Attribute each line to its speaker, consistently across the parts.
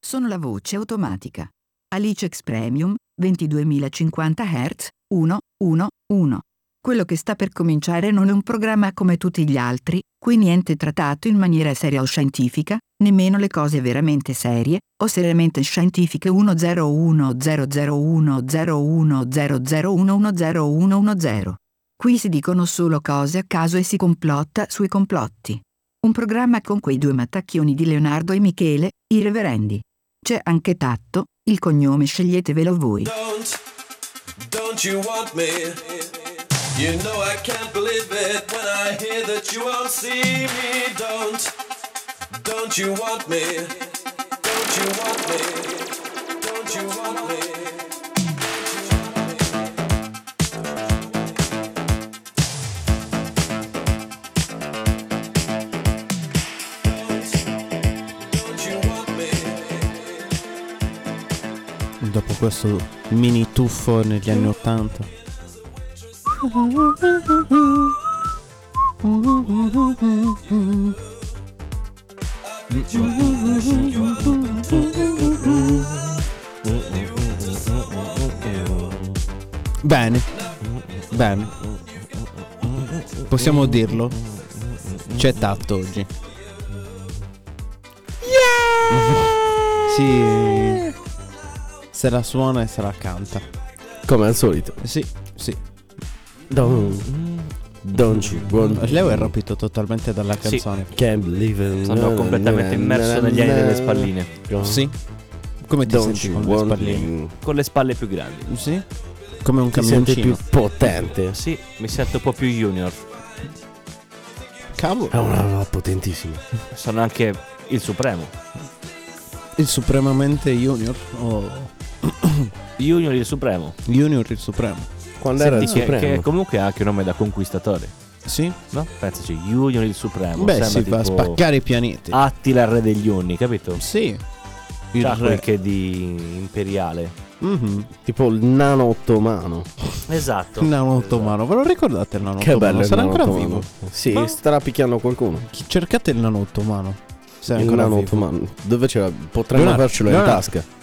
Speaker 1: sono la voce automatica. Alicex Premium 22.050 Hz 111. Quello che sta per cominciare non è un programma come tutti gli altri, qui niente trattato in maniera seria o scientifica, nemmeno le cose veramente serie o seriamente scientifiche 1010010100110110. Qui si dicono solo cose a caso e si complotta sui complotti. Un programma con quei due mattacchioni di Leonardo e Michele, i reverendi. C'è anche Tatto, il cognome sceglietevelo voi.
Speaker 2: Don't, don't you want me? You know I can't believe it when I hear that you won't see me. Don't, don't you want me? Don't you want me? Don't you want me? Don't you want me?
Speaker 3: Dopo questo mini tuffo negli anni 80 Bene Bene Possiamo dirlo C'è tatto oggi Sì Se la suona e se la canta
Speaker 4: Eh Come al solito.
Speaker 3: Sì Sì
Speaker 4: Don't, don't you want
Speaker 3: Mm-hmm. Leo è rapito totalmente dalla
Speaker 5: Sì.
Speaker 3: canzone
Speaker 4: Can't believe it.
Speaker 5: Sono completamente immerso negli anni delle spalline.
Speaker 3: Sì. Come ti
Speaker 4: Don't
Speaker 3: senti
Speaker 4: you
Speaker 3: con le
Speaker 4: want
Speaker 3: spalline?
Speaker 4: me.
Speaker 5: Con le spalle più grandi.
Speaker 3: Sì. Come un
Speaker 4: Ti senti
Speaker 3: camioncino.
Speaker 4: più potente.
Speaker 5: Sì, mi sento un po' più junior.
Speaker 3: Cavolo.
Speaker 4: Ha una roba potentissima.
Speaker 5: Sono anche il supremo.
Speaker 3: Il supremamente junior o
Speaker 5: Junior il supremo.
Speaker 3: junior il supremo.
Speaker 4: Quando era
Speaker 5: Senti
Speaker 4: il
Speaker 5: che, che
Speaker 4: supremo.
Speaker 5: comunque ha anche un nome da conquistatore.
Speaker 3: Sì.
Speaker 5: No? Pensaci, Junior il supremo.
Speaker 3: Beh,
Speaker 5: sembra
Speaker 3: si va a
Speaker 5: tipo
Speaker 3: spaccare i pianeti.
Speaker 4: Ah.
Speaker 5: Attila il re degli Unni, capito?
Speaker 3: Sì. Il
Speaker 5: C'ha
Speaker 3: re.
Speaker 5: quel che di imperiale.
Speaker 3: Mhm.
Speaker 4: Tipo il nano ottomano.
Speaker 5: Esatto.
Speaker 3: Il nano ottomano. Ve lo ricordate il nano
Speaker 4: Che
Speaker 3: ottomano?
Speaker 4: bello.
Speaker 3: Sarà
Speaker 4: il nano
Speaker 3: ancora
Speaker 4: ottomano.
Speaker 3: vivo.
Speaker 4: Sì,
Speaker 3: Ma-
Speaker 4: strapicchiano qualcuno.
Speaker 3: Chi- Cercate il nano ottomano. Se è
Speaker 4: Il
Speaker 3: ancora
Speaker 4: nano
Speaker 3: vivo.
Speaker 4: ottomano. Dove ce l'ha? Potremmo
Speaker 3: Leonardo,
Speaker 4: avercelo in
Speaker 3: Leonardo.
Speaker 4: tasca.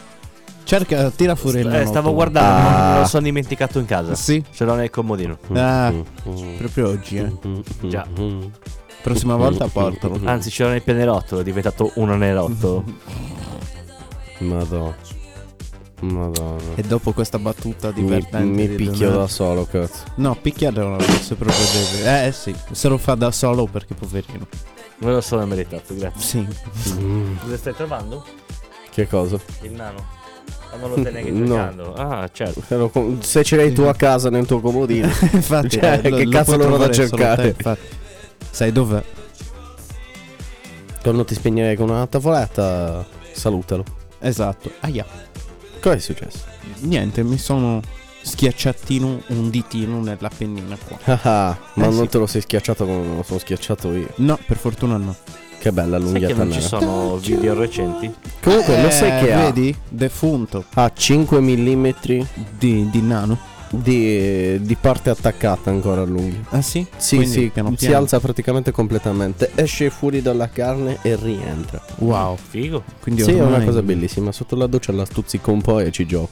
Speaker 3: Cerca, tira fuori il nano.
Speaker 5: Eh, stavo
Speaker 3: ottomano.
Speaker 5: guardando,
Speaker 4: Ah.
Speaker 5: non me lo sono dimenticato in casa.
Speaker 3: Sì.
Speaker 5: Ce l'ho nel comodino.
Speaker 3: Ah,
Speaker 4: Mm.
Speaker 3: proprio oggi, eh.
Speaker 5: Già.
Speaker 3: Prossima volta portalo.
Speaker 5: Anzi, ce l'ho nel pianerottolo, è diventato un anerottolo.
Speaker 4: Madonna. Madonna.
Speaker 3: E dopo questa battuta
Speaker 4: Mi,
Speaker 3: divertente
Speaker 4: mi
Speaker 3: di
Speaker 4: picchio
Speaker 3: Leonardo-
Speaker 4: da solo, cazzo.
Speaker 3: No, picchiare non lo se proprio deve. Eh sì, se lo fa da solo perché poverino.
Speaker 5: Me lo sono meritato, grazie.
Speaker 3: Sì.
Speaker 4: Mm.
Speaker 5: Cosa stai trovando?
Speaker 4: Che cosa?
Speaker 5: Il nano? Ma non lo stai neanche
Speaker 4: No.
Speaker 5: cercando? Ah, certo.
Speaker 4: Se lo com- Se ce l'hai tu a casa nel tuo comodino.
Speaker 3: infatti,
Speaker 4: Cioè, che cazzo
Speaker 3: puoi
Speaker 4: lo vado a
Speaker 3: trovare solo
Speaker 4: cercare?
Speaker 3: te, infatti. Sai dov'è?
Speaker 4: Quando ti spegnerai con una tavoletta, salutalo.
Speaker 3: Esatto. Aia.
Speaker 4: Cosa è successo?
Speaker 3: Niente, mi sono schiacciatino un ditino nella pennina qua.
Speaker 4: Ah ah, ma
Speaker 3: Eh,
Speaker 4: non
Speaker 3: sì.
Speaker 4: te lo sei schiacciato come me lo sono schiacciato io.
Speaker 3: No, per fortuna no.
Speaker 4: Che bella
Speaker 5: Sai che
Speaker 4: l'unghiata
Speaker 5: non ci
Speaker 4: nera.
Speaker 5: sono video recenti?
Speaker 4: Comunque, lo
Speaker 3: Eh,
Speaker 4: sai che ha,
Speaker 3: vedi? Defunto
Speaker 4: ha 5 mm
Speaker 3: di, di nano.
Speaker 4: di, di parte attaccata ancora all'unghia.
Speaker 3: Ah sì?
Speaker 4: Sì,
Speaker 3: Quindi,
Speaker 4: sì,
Speaker 3: piano
Speaker 4: si
Speaker 3: piano.
Speaker 4: alza praticamente completamente. Esce fuori dalla carne e rientra.
Speaker 3: Wow.
Speaker 5: Figo.
Speaker 3: Quindi
Speaker 4: sì, è
Speaker 3: ormai-
Speaker 4: una cosa bellissima. Sotto la doccia la stuzzico un po' e ci gioco.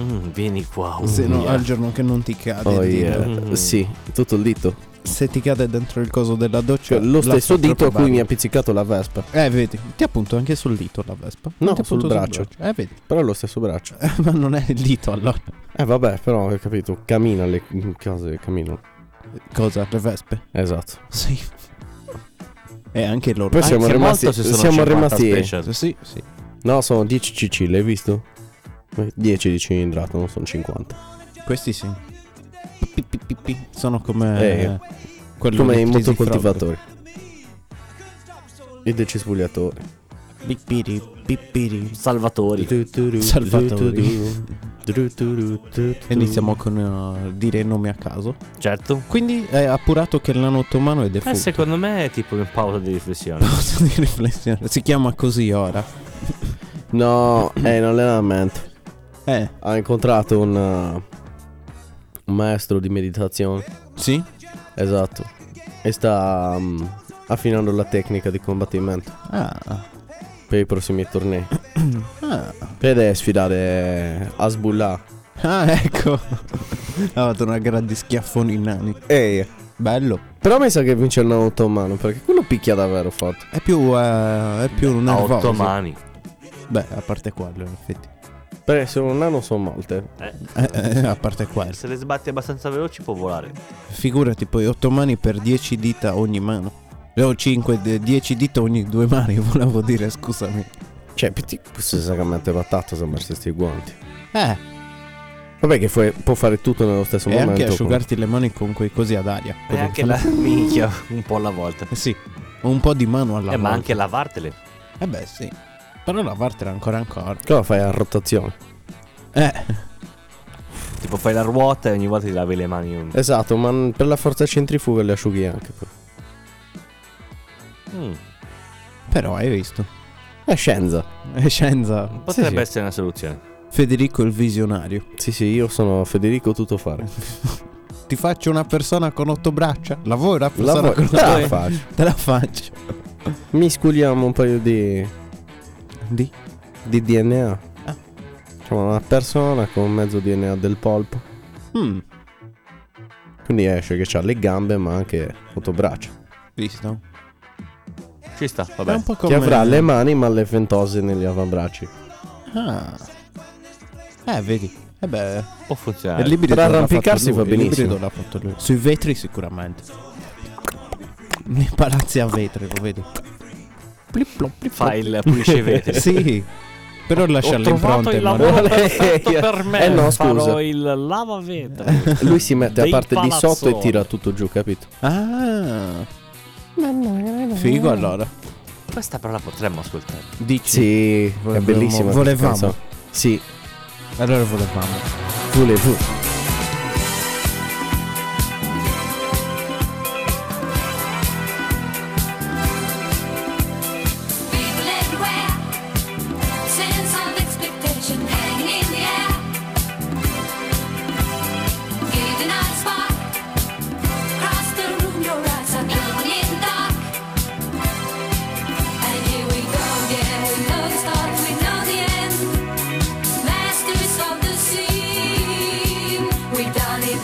Speaker 5: Mm, vieni qua.
Speaker 3: Se no,
Speaker 5: Uia.
Speaker 3: al giorno che non ti cade
Speaker 4: Oh,
Speaker 3: il dito.
Speaker 4: yeah.
Speaker 5: Mm.
Speaker 4: Sì, tutto il dito.
Speaker 3: Se ti cade dentro il coso della doccia,
Speaker 4: Cioè, lo
Speaker 3: Cioè, la
Speaker 4: stesso
Speaker 3: fa
Speaker 4: dito a
Speaker 3: proprio
Speaker 4: cui mi
Speaker 3: male.
Speaker 4: ha pizzicato la vespa.
Speaker 3: Eh, vedi, ti appunto anche sul dito la vespa.
Speaker 4: No,
Speaker 3: Ti appunto
Speaker 4: sul braccio.
Speaker 3: Eh, vedi.
Speaker 4: Però è lo stesso braccio.
Speaker 3: Ma non è il dito allora.
Speaker 4: Eh vabbè, però hai capito, cammina le mm, cose, cammino.
Speaker 3: Cosa? Le vespe?
Speaker 4: Esatto.
Speaker 3: Sì. E anche loro.
Speaker 4: Poi siamo
Speaker 5: Anche
Speaker 4: rimasti...
Speaker 5: molto se sono
Speaker 4: Siamo
Speaker 5: 50
Speaker 4: rimasti...
Speaker 5: special.
Speaker 3: Ah, sì, sì.
Speaker 4: No, sono 10 cc, l'hai visto? 10 di cilindrato, non sono 50.
Speaker 3: Questi sì. Pi, pi, pi, pi. Sono come...
Speaker 4: Eh,
Speaker 3: quello
Speaker 4: Come
Speaker 3: di
Speaker 4: i
Speaker 3: Crisi
Speaker 4: motocoltivatori. I decispugliatori.
Speaker 3: Frog. Pippiri, pippiri.
Speaker 5: Salvatori.
Speaker 3: Salvatori. E
Speaker 4: Iniziamo
Speaker 3: iniziamo con eh, dire nomi a caso.
Speaker 5: Certo.
Speaker 3: Quindi è appurato che il nano ottomano è
Speaker 5: Eh,
Speaker 3: defunto.
Speaker 5: secondo me è tipo in pausa di riflessione.
Speaker 3: Posso di riflessione. Si chiama così ora.
Speaker 4: No, è in allenamento.
Speaker 3: Eh,
Speaker 4: Ha incontrato un... uh, un maestro di meditazione.
Speaker 3: sì?
Speaker 4: Esatto. E sta mm, affinando la tecnica di combattimento.
Speaker 3: Ah.
Speaker 4: per i prossimi tornei.
Speaker 3: Ah,
Speaker 4: Per eh, sfidare Asbullah.
Speaker 3: ah, ecco. ha fatto una grande schiaffone in nani.
Speaker 4: Ehi.
Speaker 3: Bello.
Speaker 4: Però mi sa che vince il non ottomano perché quello picchia davvero forte.
Speaker 3: È più. eh, è più
Speaker 5: A
Speaker 3: nervoso.
Speaker 5: otto mani.
Speaker 3: Beh, a parte quello, in effetti.
Speaker 4: Perché se non hanno sono molte.
Speaker 5: Eh,
Speaker 3: Eh, eh, a parte quello.
Speaker 5: se le sbatti abbastanza veloci può volare.
Speaker 3: Figurati poi 8 mani per 10 dita ogni mano. Eh, No, 5, 10 dita ogni due mani, volevo dire, scusami.
Speaker 4: Cioè, pitti, questo è sacramente patato sembra questi guanti.
Speaker 3: Eh,
Speaker 4: Vabbè che fu- può fare tutto nello stesso
Speaker 3: e
Speaker 4: momento.
Speaker 3: anche
Speaker 4: con-
Speaker 3: asciugarti le mani con quei così ad aria.
Speaker 5: E anche la minchia un po' alla volta.
Speaker 3: Eh Sì, un po' di mano alla
Speaker 5: Eh, ma
Speaker 3: volta.
Speaker 5: anche lavartele.
Speaker 3: Eh beh, sì. Però lavartela ancora ancora.
Speaker 4: Cosa fai a rotazione?
Speaker 3: Eh,
Speaker 5: Tipo fai la ruota e ogni volta ti lavi le mani. un-
Speaker 4: Esatto, ma n- per la forza centrifuga le asciughi anche. poi.
Speaker 5: Mm,
Speaker 3: però hai visto.
Speaker 4: È scienza.
Speaker 3: E Scienza.
Speaker 5: potrebbe
Speaker 3: Sì,
Speaker 5: essere una soluzione.
Speaker 3: sì. Federico il visionario.
Speaker 4: Sì, sì, io sono Federico Tuttofare.
Speaker 3: Ti faccio una persona con otto braccia. La vuoi una
Speaker 4: La Ah,
Speaker 3: persona
Speaker 4: vuoi?
Speaker 3: con
Speaker 4: Te
Speaker 3: otto
Speaker 4: la
Speaker 3: braccia?
Speaker 4: faccio.
Speaker 3: Te la faccio.
Speaker 4: Misculiamo un paio di,
Speaker 3: Di.
Speaker 4: di DNA.
Speaker 3: Ah.
Speaker 4: Facciamo una persona con mezzo DNA del polpo.
Speaker 3: Mm,
Speaker 4: Quindi esce che ha le gambe ma anche sottobraccia.
Speaker 3: visto.
Speaker 5: Ci sta,
Speaker 3: È
Speaker 5: vabbè.
Speaker 3: un po'
Speaker 4: Che
Speaker 3: come...
Speaker 4: avrà le mani ma le ventose negli avambracci.
Speaker 3: Ah. Eh, vedi. Eh beh,
Speaker 5: Può
Speaker 3: il
Speaker 5: funzionare.
Speaker 3: librido
Speaker 4: per
Speaker 3: l'ha
Speaker 4: arrampicarsi
Speaker 3: fatto
Speaker 4: va
Speaker 3: lui, il
Speaker 4: benissimo.
Speaker 3: librido l'ha fatto lui. Sui vetri sicuramente. Nei palazzi a vetri, lo vedi. Plip plop, plip
Speaker 5: Fa il pulisce i
Speaker 3: plop.
Speaker 5: vetri.
Speaker 3: Sì. Però lascia le impronte, ma
Speaker 4: lavoro. perfetto
Speaker 5: per
Speaker 4: me. Eh no, scusa. Farò
Speaker 5: il lavavetri.
Speaker 4: Lui si mette a
Speaker 5: Dei
Speaker 4: parte di sotto e
Speaker 5: palazzoni.
Speaker 4: tira tutto giù, capito?
Speaker 3: Ah. Figo allora.
Speaker 5: Questa però la potremmo ascoltare.
Speaker 3: Dici.
Speaker 4: Sì, è
Speaker 3: Volevamo-
Speaker 4: bellissimo.
Speaker 3: volevamo.
Speaker 4: Sì,
Speaker 3: Allora volevamo.
Speaker 4: volevo.
Speaker 6: People everywhere, sense of expectation hanging in the air. Giving out a spark, across the room your eyes are glowing in the dark. And here we go again, we know the start, we know the end. Masters of the sea,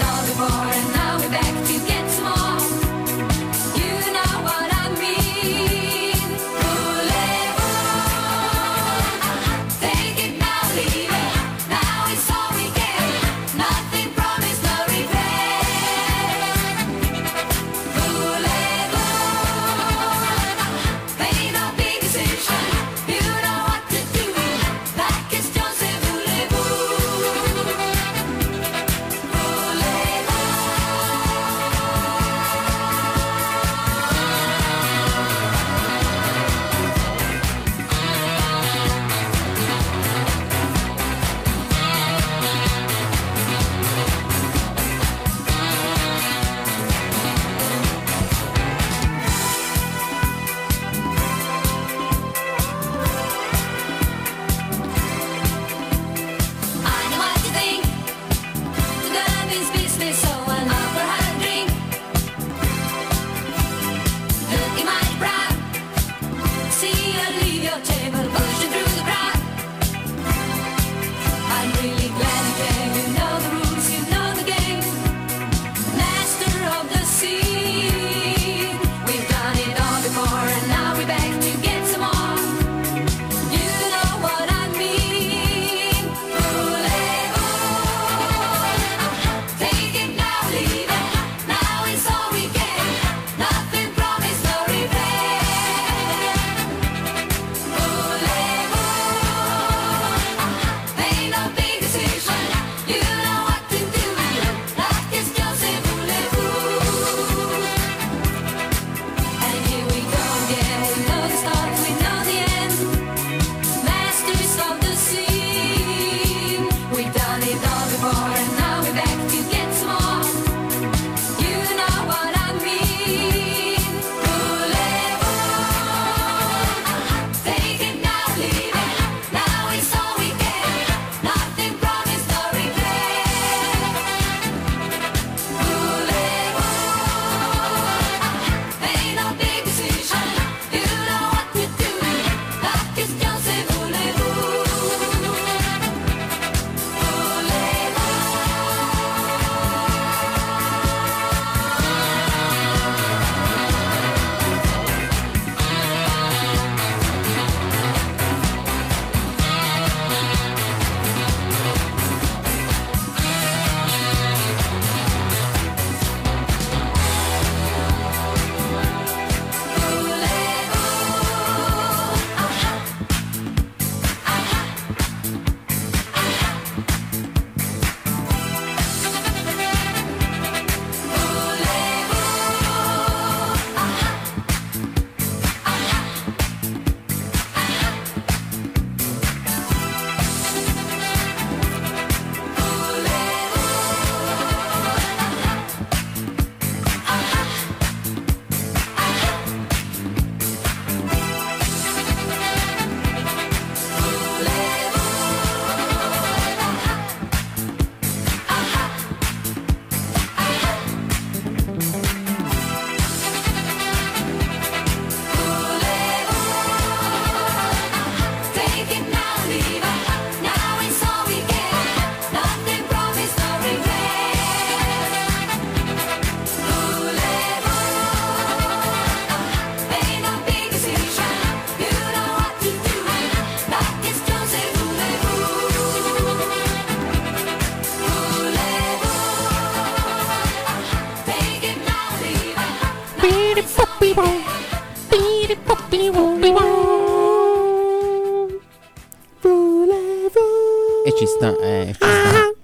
Speaker 3: E ci sta, eh, ci sta.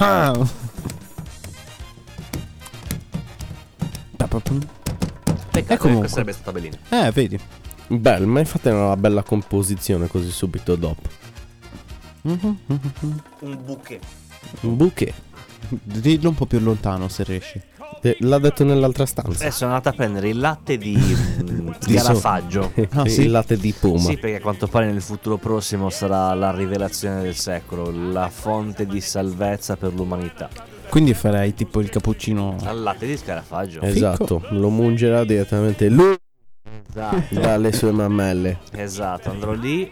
Speaker 4: Ah.
Speaker 3: Pa-pa-pum.
Speaker 5: Peccato che
Speaker 3: comunque.
Speaker 5: questo sarebbe stato Belina.
Speaker 3: Eh, vedi.
Speaker 4: Bel, ma infatti era una bella composizione così subito dopo.
Speaker 5: Un bouquet.
Speaker 4: Un bouquet.
Speaker 3: Dillo un po' più lontano se riesci.
Speaker 4: Eh, L'ha detto nell'altra stanza.
Speaker 5: Adesso Eh, sono andato a prendere il latte di mm,
Speaker 3: Di
Speaker 5: Garafaggio.
Speaker 3: Ah,
Speaker 4: Eh,
Speaker 3: sì?
Speaker 4: Il latte di puma.
Speaker 5: Sì, perché a quanto pare nel futuro prossimo sarà la rivelazione del secolo, la fonte di salvezza per l'umanità.
Speaker 3: Quindi farei tipo il cappuccino.
Speaker 4: Ah,
Speaker 5: Al latte di scarafaggio.
Speaker 4: Esatto, lo mungerà direttamente lui
Speaker 5: Esatto,
Speaker 4: dalle sue mammelle
Speaker 5: esatto, andrò lì.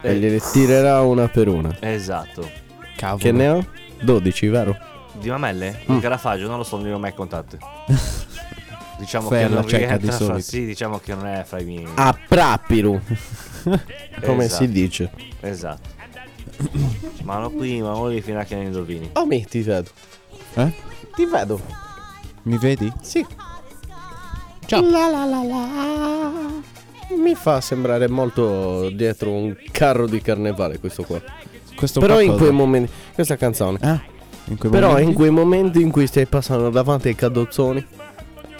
Speaker 4: e gliele tirerà una per una.
Speaker 5: Esatto.
Speaker 3: Cavolo.
Speaker 4: Che ne ho? 12, vero?
Speaker 5: Di mamelle? Il carafaggio non lo so, non li ho mai contatti. Diciamo che
Speaker 3: Ferla
Speaker 5: non
Speaker 3: cieca di
Speaker 5: rientra fra-
Speaker 3: solito.
Speaker 5: Sì, diciamo che non è fra i miei.
Speaker 4: A prapiru, come
Speaker 5: Esatto.
Speaker 4: si dice.
Speaker 5: Esatto. Mano qui, mano lì, fino a che ne indovini.
Speaker 4: Oh, mi ti vedo.
Speaker 3: Eh?
Speaker 4: Ti vedo.
Speaker 3: Mi vedi?
Speaker 4: Sì.
Speaker 3: Ciao.
Speaker 4: La la la la. Mi fa sembrare molto dietro un carro di carnevale questo qua.
Speaker 3: Questo
Speaker 4: Però
Speaker 3: qua
Speaker 4: in
Speaker 3: cosa?
Speaker 4: quei momenti questa canzone.
Speaker 3: Ah, in quei
Speaker 4: Però
Speaker 3: momenti?
Speaker 4: in quei Eh, momenti in cui stai passando davanti ai cadozzoni.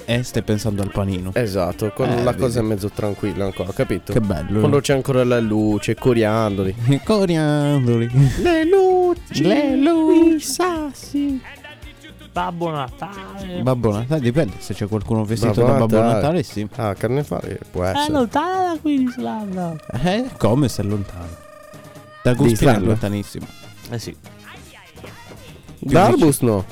Speaker 3: Eh, stai pensando al panino.
Speaker 4: Esatto, quando
Speaker 3: Eh,
Speaker 4: la
Speaker 3: vedi.
Speaker 4: cosa è mezzo tranquilla ancora, capito?
Speaker 3: Che bello. Mm.
Speaker 4: Quando c'è ancora la luce, coriandoli.
Speaker 3: Coriandoli.
Speaker 4: Le luci,
Speaker 3: Le
Speaker 4: luci, sassi.
Speaker 5: Babbo Natale.
Speaker 3: Babbo Natale, dipende. Se c'è qualcuno vestito
Speaker 4: Babbo
Speaker 3: da Babbo
Speaker 4: Natale.
Speaker 3: Natale, sì.
Speaker 4: Ah, carnevale può essere.
Speaker 5: lontana da qui l'Islanda.
Speaker 3: Eh, come se è lontano. Da Gustra è
Speaker 4: Islanda?
Speaker 3: lontanissimo.
Speaker 5: Eh sì.
Speaker 4: Darbus no,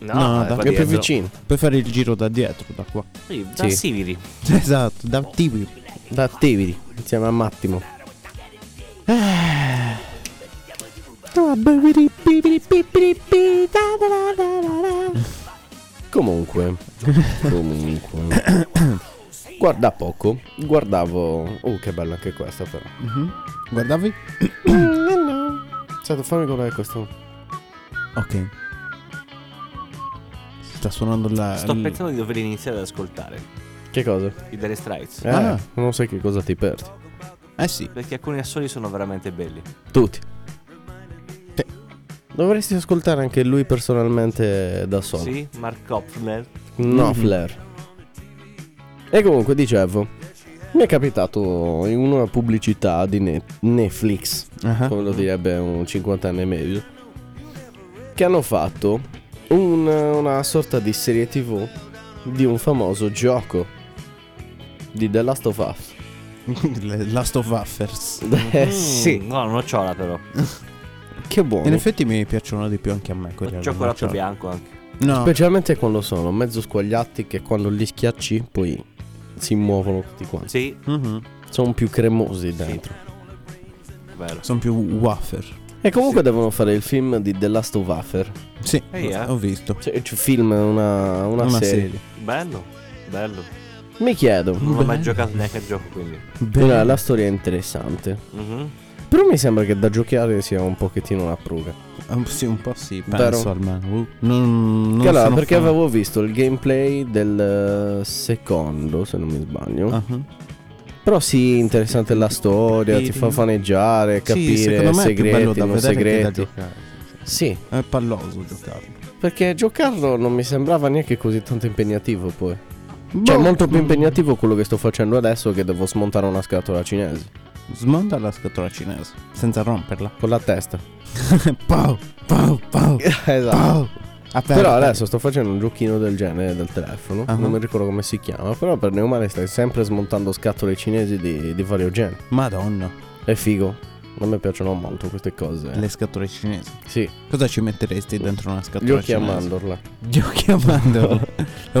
Speaker 5: No,
Speaker 3: No,
Speaker 5: eh,
Speaker 3: da-
Speaker 5: qua
Speaker 4: è più
Speaker 5: dietro.
Speaker 4: vicino.
Speaker 3: Puoi fare il giro da dietro, da qua.
Speaker 5: Sì, da
Speaker 4: Sì.
Speaker 5: Siviri.
Speaker 3: Esatto, da Tibio.
Speaker 4: Da Teviri, insieme a Mattimo.
Speaker 3: Eh.
Speaker 4: Ah, Comunque, comunque. Guarda poco, guardavo. Oh, che bella anche questa, però.
Speaker 3: Guardavi?
Speaker 4: Certo, fammi guardare questo.
Speaker 3: Ok. Sta suonando la.
Speaker 5: Sto
Speaker 3: l-
Speaker 5: pensando di dover iniziare ad ascoltare
Speaker 4: Che cosa?
Speaker 5: i Dare Straits.
Speaker 4: Eh,
Speaker 3: Ah.
Speaker 4: non sai che cosa ti perdi.
Speaker 3: Eh sì.
Speaker 5: Perché alcuni assoli sono veramente belli.
Speaker 4: Tutti. Dovresti ascoltare anche lui personalmente da solo.
Speaker 5: Sì, Mark Knopfler.
Speaker 4: No, Flair. E comunque, dicevo, mi è capitato in una pubblicità di Ne- Netflix,
Speaker 3: Ah.
Speaker 4: come lo direbbe un cinquantenne e medio, che hanno fatto un- una sorta di serie tv di un famoso gioco di The Last of Us.
Speaker 3: Le- Last of Waffers.
Speaker 4: Eh
Speaker 5: Mm,
Speaker 4: sì,
Speaker 5: No, nocciola però.
Speaker 4: che
Speaker 3: In
Speaker 4: buono.
Speaker 3: effetti mi piacciono di più anche a me quelli.
Speaker 5: Con
Speaker 3: al
Speaker 5: cioccolato
Speaker 3: nocciolo.
Speaker 5: bianco anche.
Speaker 3: No.
Speaker 4: Specialmente quando sono mezzo squagliati che quando li schiacci poi si muovono tutti quanti.
Speaker 5: Sì,
Speaker 3: Mhm.
Speaker 4: Sono più cremosi dentro.
Speaker 5: vero.
Speaker 3: Sono più wafer.
Speaker 4: E comunque devono fare il film di The Last of Us.
Speaker 3: Sì,
Speaker 5: Ehi, eh.
Speaker 3: ho visto.
Speaker 4: Cioè, c- film, una, una,
Speaker 3: Una
Speaker 4: serie.
Speaker 3: serie.
Speaker 5: Bello, bello.
Speaker 4: Mi chiedo,
Speaker 5: Non ho mai
Speaker 3: Bello.
Speaker 5: giocato neanche al gioco quindi.
Speaker 4: ora, la storia è interessante.
Speaker 5: Mhm.
Speaker 4: Però mi sembra che da giocare sia un pochettino una pruga.
Speaker 3: Ah, sì, un po' sì,
Speaker 4: Vero.
Speaker 3: penso almeno. Uh, non, non
Speaker 4: Che allora,
Speaker 3: sono
Speaker 4: perché
Speaker 3: fan.
Speaker 4: avevo visto il gameplay del eh, secondo, se non mi sbaglio.
Speaker 3: Ah,
Speaker 4: Però sì, interessante la storia, ti fa faneggiare,
Speaker 3: sì,
Speaker 4: capire
Speaker 3: secondo me è più bello
Speaker 4: segreti,
Speaker 3: da
Speaker 4: non
Speaker 3: vedere che da
Speaker 4: segreti.
Speaker 3: giocare.
Speaker 4: Sì,
Speaker 3: È palloso giocarlo.
Speaker 4: perché giocarlo non mi sembrava neanche così tanto impegnativo poi.
Speaker 3: Boh,
Speaker 4: Cioè, è molto
Speaker 3: mm,
Speaker 4: più impegnativo quello che sto facendo adesso che devo smontare una scatola cinese.
Speaker 3: Smonta la scatola cinese senza romperla.
Speaker 4: Con la testa.
Speaker 3: Pau, pau, pau,
Speaker 4: esatto.
Speaker 3: pau. Aperta.
Speaker 4: Però adesso sto facendo un giochino del genere del telefono,
Speaker 3: Ah.
Speaker 4: non mi ricordo come si chiama, però per neumane stai sempre smontando scatole cinesi di, di vario genere.
Speaker 3: Madonna,
Speaker 4: È figo, non mi piacciono molto queste cose.
Speaker 3: le scatole cinesi.
Speaker 4: Sì,
Speaker 3: Cosa ci metteresti dentro una
Speaker 4: gli
Speaker 3: scatola
Speaker 4: occhi a
Speaker 3: cinese?
Speaker 4: mandorla.
Speaker 3: Gli occhi a mandorla.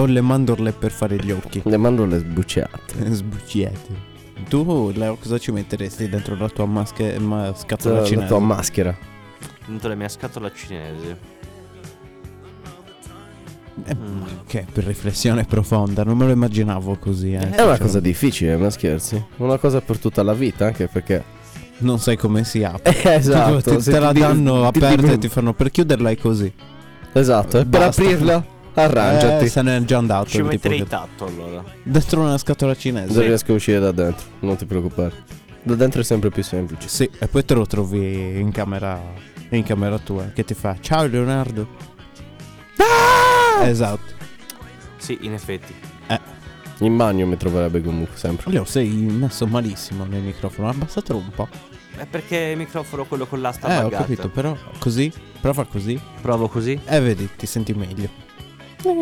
Speaker 3: Ho le mandorle per fare gli occhi.
Speaker 4: Le mandorle sbucciate.
Speaker 3: Sbucciate. Tu, Leo, cosa ci metteresti dentro la tua masche- ma- scatola
Speaker 4: La,
Speaker 3: cinese?
Speaker 4: tua maschera.
Speaker 5: Dentro la mia scatola cinese.
Speaker 3: Eh,
Speaker 4: Mm.
Speaker 5: Mm.
Speaker 3: Che per riflessione profonda, non me lo immaginavo così. Eh.
Speaker 4: È una cosa difficile, ma scherzi. Una cosa per tutta la vita, anche perché...
Speaker 3: Non sai come si apre.
Speaker 4: Esatto.
Speaker 3: Ti-
Speaker 4: se
Speaker 3: te la
Speaker 4: ti-
Speaker 3: danno
Speaker 4: ti- ti-
Speaker 3: aperta e ti fanno per chiuderla è così.
Speaker 4: Esatto, e per
Speaker 3: Basta.
Speaker 4: aprirla arrangiati.
Speaker 3: Eh, se n'è già andato.
Speaker 5: Ci
Speaker 3: tipo
Speaker 5: metterei
Speaker 3: che-
Speaker 5: il tatto allora.
Speaker 3: Dentro una scatola
Speaker 4: Non
Speaker 3: cinese.
Speaker 4: riesco a uscire da dentro, non ti preoccupare. Da dentro è sempre più semplice.
Speaker 3: Sì, e poi te lo trovi in camera, in camera tua che ti fa Ciao Leonardo.
Speaker 4: Ah!
Speaker 3: Esatto.
Speaker 5: Sì, in effetti.
Speaker 4: In bagno mi troverebbe comunque sempre.
Speaker 3: Leo, sei messo malissimo nel microfono, abbassatelo un po'.
Speaker 5: È perché il microfono quello con l'asta
Speaker 3: eh, ho
Speaker 5: buggata.
Speaker 3: capito, però così, prova così.
Speaker 5: Provo così.
Speaker 3: Eh, vedi, ti senti meglio.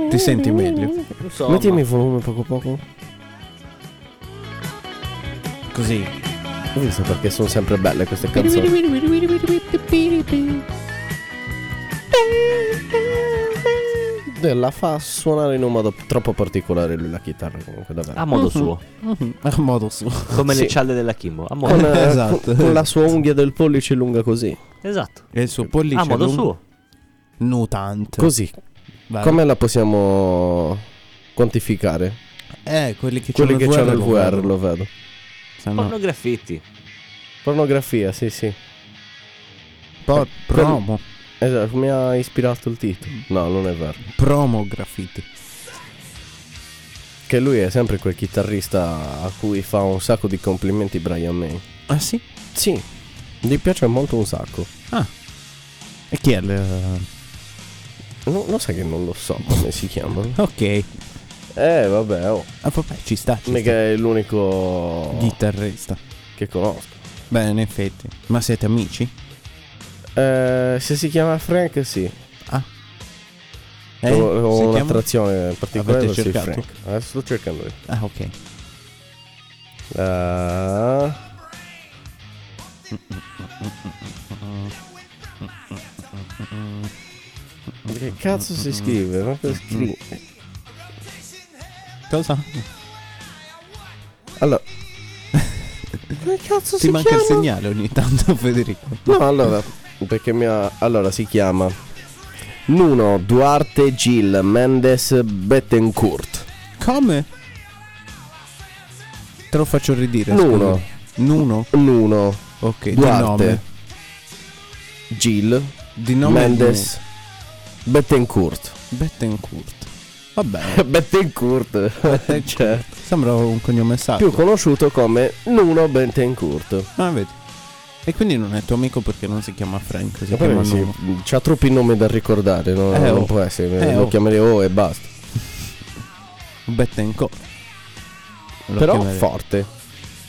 Speaker 3: Ti senti meglio.
Speaker 5: Non so.
Speaker 4: Mettimi il volume poco poco.
Speaker 3: Così.
Speaker 4: Ho visto perché sono sempre belle queste canzoni. La fa suonare in un modo troppo particolare lui la chitarra comunque davvero.
Speaker 3: Ah,
Speaker 5: A modo suo.
Speaker 3: A modo suo.
Speaker 5: Come
Speaker 4: Sì.
Speaker 5: le cialle della Kimbo. A
Speaker 4: Con,
Speaker 5: modo.
Speaker 4: eh,
Speaker 3: Esatto.
Speaker 4: con- con la sua unghia del pollice lunga così.
Speaker 5: Esatto.
Speaker 3: E il suo pollice.
Speaker 5: A modo
Speaker 3: non-
Speaker 5: suo.
Speaker 3: Nutante.
Speaker 4: Così.
Speaker 3: Vai.
Speaker 4: Come la possiamo quantificare?
Speaker 3: Eh, quelli che
Speaker 4: Quelli che c'hanno
Speaker 3: c'hanno
Speaker 4: il
Speaker 3: lo
Speaker 4: VR
Speaker 3: vedono.
Speaker 4: lo vedo.
Speaker 3: Se no-
Speaker 5: Porno graffiti.
Speaker 4: Pornografia, sì, sì.
Speaker 3: po- promo.
Speaker 4: Esatto, mi ha ispirato il titolo.
Speaker 3: Mm.
Speaker 4: No, non è vero.
Speaker 3: Promo graffiti.
Speaker 4: Che lui è sempre quel chitarrista a cui fa un sacco di complimenti Brian May.
Speaker 3: Ah sì?
Speaker 4: Sì, gli piace molto un sacco.
Speaker 3: Ah. E chi è il... eh,
Speaker 4: No, lo sai che non lo so come si chiama.
Speaker 3: Ok.
Speaker 4: Eh, vabbè, oh.
Speaker 3: Ah, vabbè, ci sta. Ci
Speaker 4: Mica
Speaker 3: sta.
Speaker 4: è l'unico
Speaker 3: Chitarrista.
Speaker 4: che conosco.
Speaker 3: Beh, in effetti. Ma siete amici?
Speaker 4: Eh, se si chiama Frank, sì.
Speaker 3: Ah. Eh?
Speaker 4: Ho-
Speaker 3: Si
Speaker 4: ho
Speaker 3: chiama?
Speaker 4: un'attrazione particolare
Speaker 3: Avete
Speaker 4: verso il
Speaker 3: cercato?
Speaker 4: Frank. Adesso sto cercando lui.
Speaker 3: Ah, ok.
Speaker 4: Ah. Che cazzo si scrive? Ma cosa scrive?
Speaker 3: Cosa?
Speaker 4: Allora. Come cazzo
Speaker 3: Ti
Speaker 4: si
Speaker 3: manca
Speaker 4: chiama?
Speaker 3: il segnale ogni tanto, Federico.
Speaker 4: No, allora, perché mi ha... Allora, si chiama Nuno Duarte Gil Mendes Bettencourt.
Speaker 3: Come? Te lo faccio ridire.
Speaker 4: Nuno.
Speaker 3: scusa. Nuno?
Speaker 4: Nuno
Speaker 3: Ok, di
Speaker 4: Duarte
Speaker 3: nome.
Speaker 4: Gil
Speaker 3: Di nome
Speaker 4: Mendes Bettencourt.
Speaker 3: Nuno. Bettencourt. Vabbè,
Speaker 4: Bettencourt. cioè,
Speaker 3: sembra un cognome sacro.
Speaker 4: più conosciuto come Nuno Bettencourt.
Speaker 3: Ah, vedi. E quindi non è tuo amico perché non si chiama Frank, si
Speaker 4: Eh, Ma
Speaker 3: chiama
Speaker 4: poi sì,
Speaker 3: Nuno.
Speaker 4: C'ha troppi nomi da ricordare, no?
Speaker 3: Eh,
Speaker 4: non
Speaker 3: oh.
Speaker 4: può essere,
Speaker 3: Eh,
Speaker 4: lo
Speaker 3: oh.
Speaker 4: chiamerei O e basta.
Speaker 3: Bettencourt. Lo
Speaker 4: Però
Speaker 3: chiamerei.
Speaker 4: forte.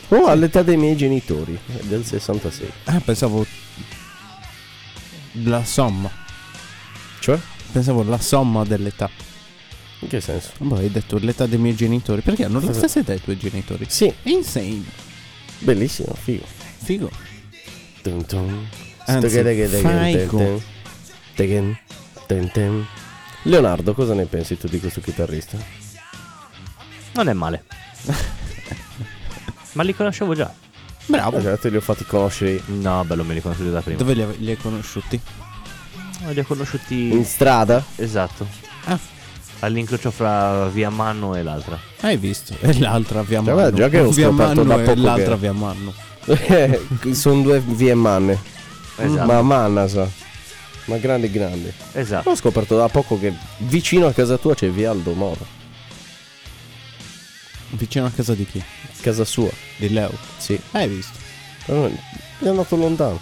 Speaker 4: Oh, all'età dei miei genitori, è del 66.
Speaker 3: Ah, pensavo la somma.
Speaker 4: Cioè?
Speaker 3: Pensavo la somma dell'età.
Speaker 4: In che senso?
Speaker 3: Boh, hai detto l'età dei miei genitori. Perché hanno la stessa età i tuoi genitori?
Speaker 4: Sì,
Speaker 3: Insane.
Speaker 4: bellissimo, figo.
Speaker 3: Figo.
Speaker 4: Dun dun.
Speaker 3: Anzi,
Speaker 4: Sto che- che- che-
Speaker 3: faico.
Speaker 4: ten- ten- ten- ten. Leonardo, cosa ne pensi tu di questo chitarrista?
Speaker 5: Non è male. Ma li conoscevo già.
Speaker 3: Bravo.
Speaker 4: Allora, Eh, te li ho fatti conoscere
Speaker 5: No, bello, me li conoscevo da prima.
Speaker 3: Dove li, ave- li hai conosciuti?
Speaker 5: Li ho conosciuti.
Speaker 4: in strada.
Speaker 5: Esatto.
Speaker 3: Ah.
Speaker 5: All'incrocio fra via Manno e l'altra.
Speaker 3: Hai visto? E l'altra via
Speaker 4: Cioè,
Speaker 3: Manno.
Speaker 4: guarda, già che ho
Speaker 3: via
Speaker 4: scoperto
Speaker 3: Manno
Speaker 4: da poco
Speaker 3: e l'altra
Speaker 4: che-
Speaker 3: via Manno.
Speaker 4: Sono due vie manne.
Speaker 5: Esatto.
Speaker 4: Ma manna, sa. Ma grande, grande.
Speaker 5: Esatto.
Speaker 4: Ho scoperto da poco che vicino a casa tua c'è via Aldo Moro.
Speaker 3: Vicino a casa di chi?
Speaker 4: Casa sua,
Speaker 3: Di Leo.
Speaker 4: sì.
Speaker 3: Hai visto?
Speaker 4: Però non- È andato lontano.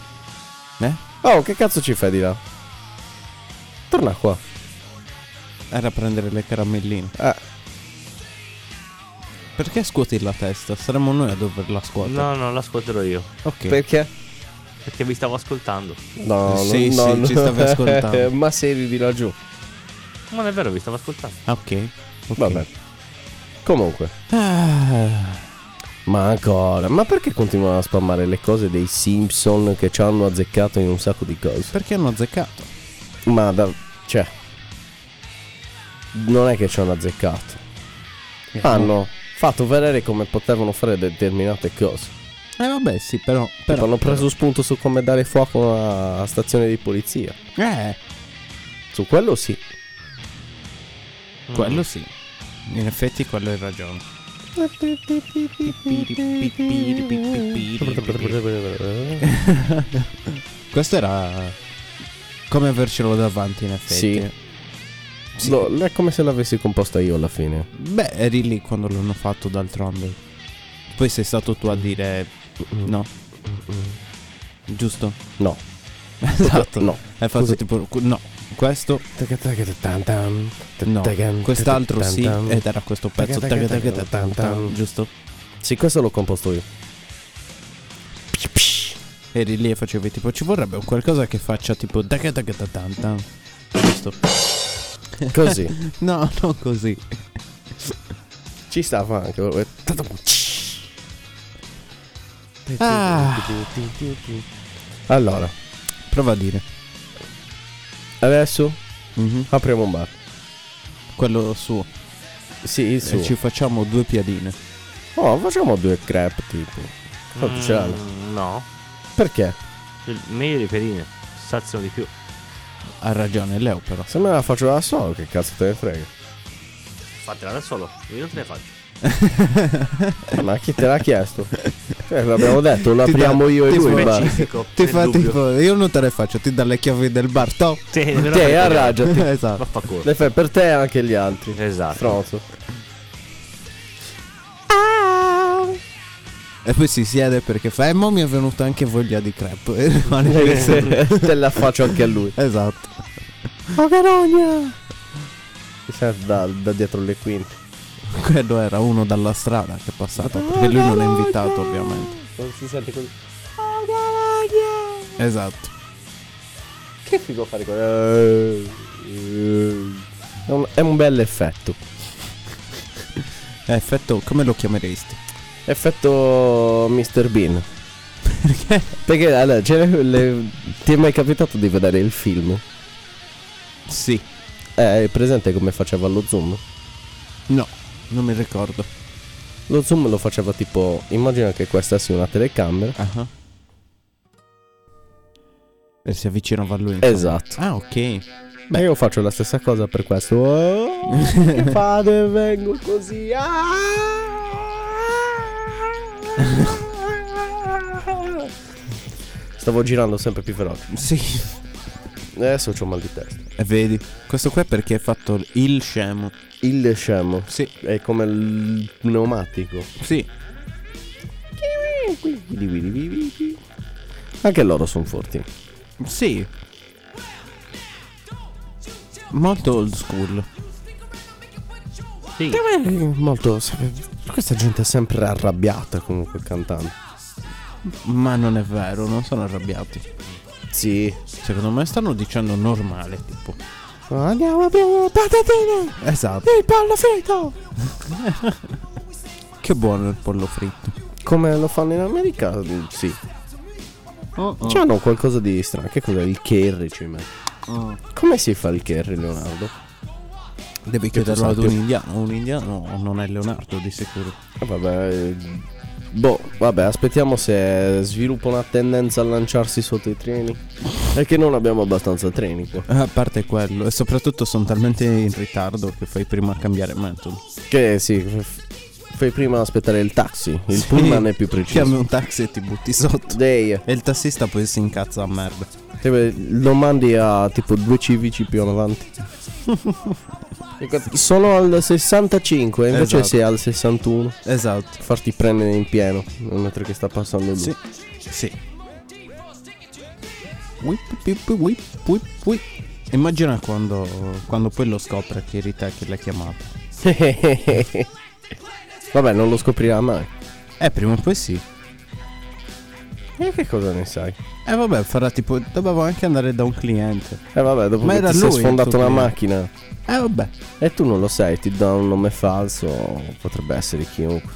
Speaker 3: Eh?
Speaker 4: Oh, che cazzo ci fai di là? Torna qua.
Speaker 3: Era a prendere le caramelline.
Speaker 4: Eh,
Speaker 3: Perché scuoti la testa? Saremmo noi a doverla scuotere.
Speaker 5: No, no, l'ascolterò io.
Speaker 3: Ok.
Speaker 4: perché?
Speaker 5: Perché vi stavo ascoltando.
Speaker 4: No,
Speaker 3: Sì,
Speaker 4: no,
Speaker 3: sì,
Speaker 4: no,
Speaker 3: ci stavi ascoltando.
Speaker 4: Ma sei di laggiù.
Speaker 5: Ma non è vero, vi stavo ascoltando.
Speaker 3: Ah, ok. Ok.
Speaker 4: Vabbè. Comunque.
Speaker 3: Ah,
Speaker 4: Ma ancora, ma perché continuano a spammare le cose dei Simpson che ci hanno azzeccato in un sacco di cose?
Speaker 3: perché hanno azzeccato?
Speaker 4: Ma da... cioè... Non è che ci hanno azzeccato. Hanno Ah, fatto vedere come potevano fare determinate cose.
Speaker 3: Eh vabbè, sì, però...
Speaker 4: Tipo,
Speaker 3: però
Speaker 4: hanno preso spunto su come dare fuoco a stazione di polizia.
Speaker 3: Eh,
Speaker 4: Su quello sì.
Speaker 5: Mm.
Speaker 3: quello
Speaker 4: Mm.
Speaker 3: sì. In effetti quello hai ragione. eh? Questo era... Come avercelo davanti, in effetti. Sì.
Speaker 4: Lo- è come se l'avessi composta io alla fine. Mm.
Speaker 3: Beh, eri lì quando l'hanno fatto d'altronde. Poi sei stato tu a dire No. Giusto?
Speaker 4: No.
Speaker 3: Esatto.
Speaker 4: No.
Speaker 3: Hai fatto
Speaker 4: Così.
Speaker 3: tipo... No. Questo? No. Quest'altro sì. Ed era questo pezzo. Giusto?
Speaker 4: Sì, questo l'ho composto io.
Speaker 3: Eri lì e facevi tipo... Ci vorrebbe un qualcosa che faccia tipo... Giusto?
Speaker 4: Così.
Speaker 3: No, non così.
Speaker 4: Ci stava anche.
Speaker 3: Ah.
Speaker 4: Allora,
Speaker 3: Prova a dire.
Speaker 4: adesso
Speaker 3: Mhm.
Speaker 4: apriamo un bar.
Speaker 3: Quello suo.
Speaker 4: Sì, il suo.
Speaker 3: E ci facciamo due piadine.
Speaker 4: Oh, facciamo due crepe tipo. Oh, tu ce l'hai?
Speaker 7: Mm, no,
Speaker 4: Perché?
Speaker 7: Il- meglio le perine, saziano di più.
Speaker 3: Ha ragione Leo però.
Speaker 4: Se me la faccio da solo, che cazzo te ne frega?
Speaker 7: Fatela da solo, io non te ne faccio.
Speaker 4: Ah, Ma chi te l'ha chiesto? Cioè, l'abbiamo detto, lo apriamo io e
Speaker 3: ti
Speaker 4: lui. il
Speaker 3: fa-
Speaker 4: bar.
Speaker 7: Specifico,
Speaker 3: Ti
Speaker 7: nel
Speaker 3: fa
Speaker 7: dubbio.
Speaker 3: tipo, io non te le faccio, ti dà le chiavi del bar, to.
Speaker 7: Te,
Speaker 4: Te, arraggiati.
Speaker 3: esatto.
Speaker 7: Vaffanculo.
Speaker 4: Le fai per te e anche gli altri.
Speaker 7: Esatto.
Speaker 4: Stronzo.
Speaker 3: E poi si siede perché fa, e mo mi è venuta anche voglia di crepe. E rimane lì sempre.
Speaker 4: te la faccio anche a lui.
Speaker 3: Esatto.
Speaker 4: Sai, Da, da dietro le quinte.
Speaker 3: Quello era uno dalla strada che è passato, perché lui non è invitato ovviamente.
Speaker 4: Non si sente così.
Speaker 3: Esatto.
Speaker 4: Che figo fare con. È un, è un bel effetto.
Speaker 3: Eh, Effetto, come lo chiameresti?
Speaker 4: Effetto Mr. Bean. Perché? Perché allora, c'è le- ti è mai capitato di vedere il film?
Speaker 3: Sì.
Speaker 4: Eh, è presente come faceva lo zoom?
Speaker 3: No, non mi ricordo.
Speaker 4: Lo zoom lo faceva tipo. Immagina che questa sia una telecamera.
Speaker 3: Ah. E si avvicinava a lui. insomma.
Speaker 4: Esatto.
Speaker 3: Ah, ok.
Speaker 4: Beh, io faccio la stessa cosa per questo. Oh, che fate? Vengo così. Ah! Stavo girando sempre più veloce.
Speaker 3: Sì.
Speaker 4: Adesso ho mal di testa.
Speaker 3: E vedi, questo qua è perché è fatto il scemo.
Speaker 4: Il scemo
Speaker 3: Sì,
Speaker 4: è come il pneumatico.
Speaker 3: sì.
Speaker 4: Anche loro sono forti.
Speaker 3: Sì. Molto old school.
Speaker 7: Sì,
Speaker 4: Eh, Molto. Questa gente è sempre arrabbiata comunque cantando.
Speaker 3: Ma non è vero, non sono arrabbiati.
Speaker 4: Sì.
Speaker 3: Secondo me stanno dicendo normale, tipo.
Speaker 4: Andiamo a prendere patatine.
Speaker 3: Esatto.
Speaker 4: Il pollo fritto.
Speaker 3: Che buono il pollo fritto.
Speaker 4: Come lo fanno in America? Sì. C'hanno qualcosa di strano. Che cos'è? Il curry ci metto. Come si fa il curry, Leonardo?
Speaker 3: Devi
Speaker 4: Che
Speaker 3: chiederlo ad
Speaker 4: pesante.
Speaker 3: un indiano. Un indiano non è Leonardo, di sicuro.
Speaker 4: Eh, Vabbè. eh, Boh, vabbè, aspettiamo se sviluppa una tendenza a lanciarsi sotto i treni. È che non abbiamo abbastanza treni qua.
Speaker 3: Ah, A parte quello, e soprattutto sono talmente in ritardo che fai prima a cambiare metodo.
Speaker 4: Che sì, f- fai prima ad aspettare il taxi. Il
Speaker 3: Sì.
Speaker 4: pullman è più preciso.
Speaker 3: Chiami un taxi e ti butti sotto.
Speaker 4: Dei,
Speaker 3: E il tassista poi si incazza a merda.
Speaker 4: tipo, lo mandi a tipo due civici più avanti. Sono al 65, invece
Speaker 3: Esatto.
Speaker 4: sei al 61.
Speaker 3: Esatto.
Speaker 4: Farti prendere in pieno mentre che sta passando lui.
Speaker 3: Sì. Sì. Whip, whip, whip, whip, whip. Immagina quando, quando poi lo scopre che eri te che l'ha chiamato.
Speaker 4: Vabbè, non lo scoprirà mai.
Speaker 3: Eh, prima o poi sì.
Speaker 4: E che cosa ne sai?
Speaker 3: Eh vabbè, farà tipo... Dovevo anche andare da un cliente.
Speaker 4: Eh vabbè, dopo
Speaker 3: Ma
Speaker 4: che
Speaker 3: era
Speaker 4: ti sei
Speaker 3: lui il
Speaker 4: sfondato
Speaker 3: tuo
Speaker 4: la
Speaker 3: cliente.
Speaker 4: macchina
Speaker 3: Eh vabbè.
Speaker 4: e tu non lo sai, ti dà un nome falso, potrebbe essere chiunque.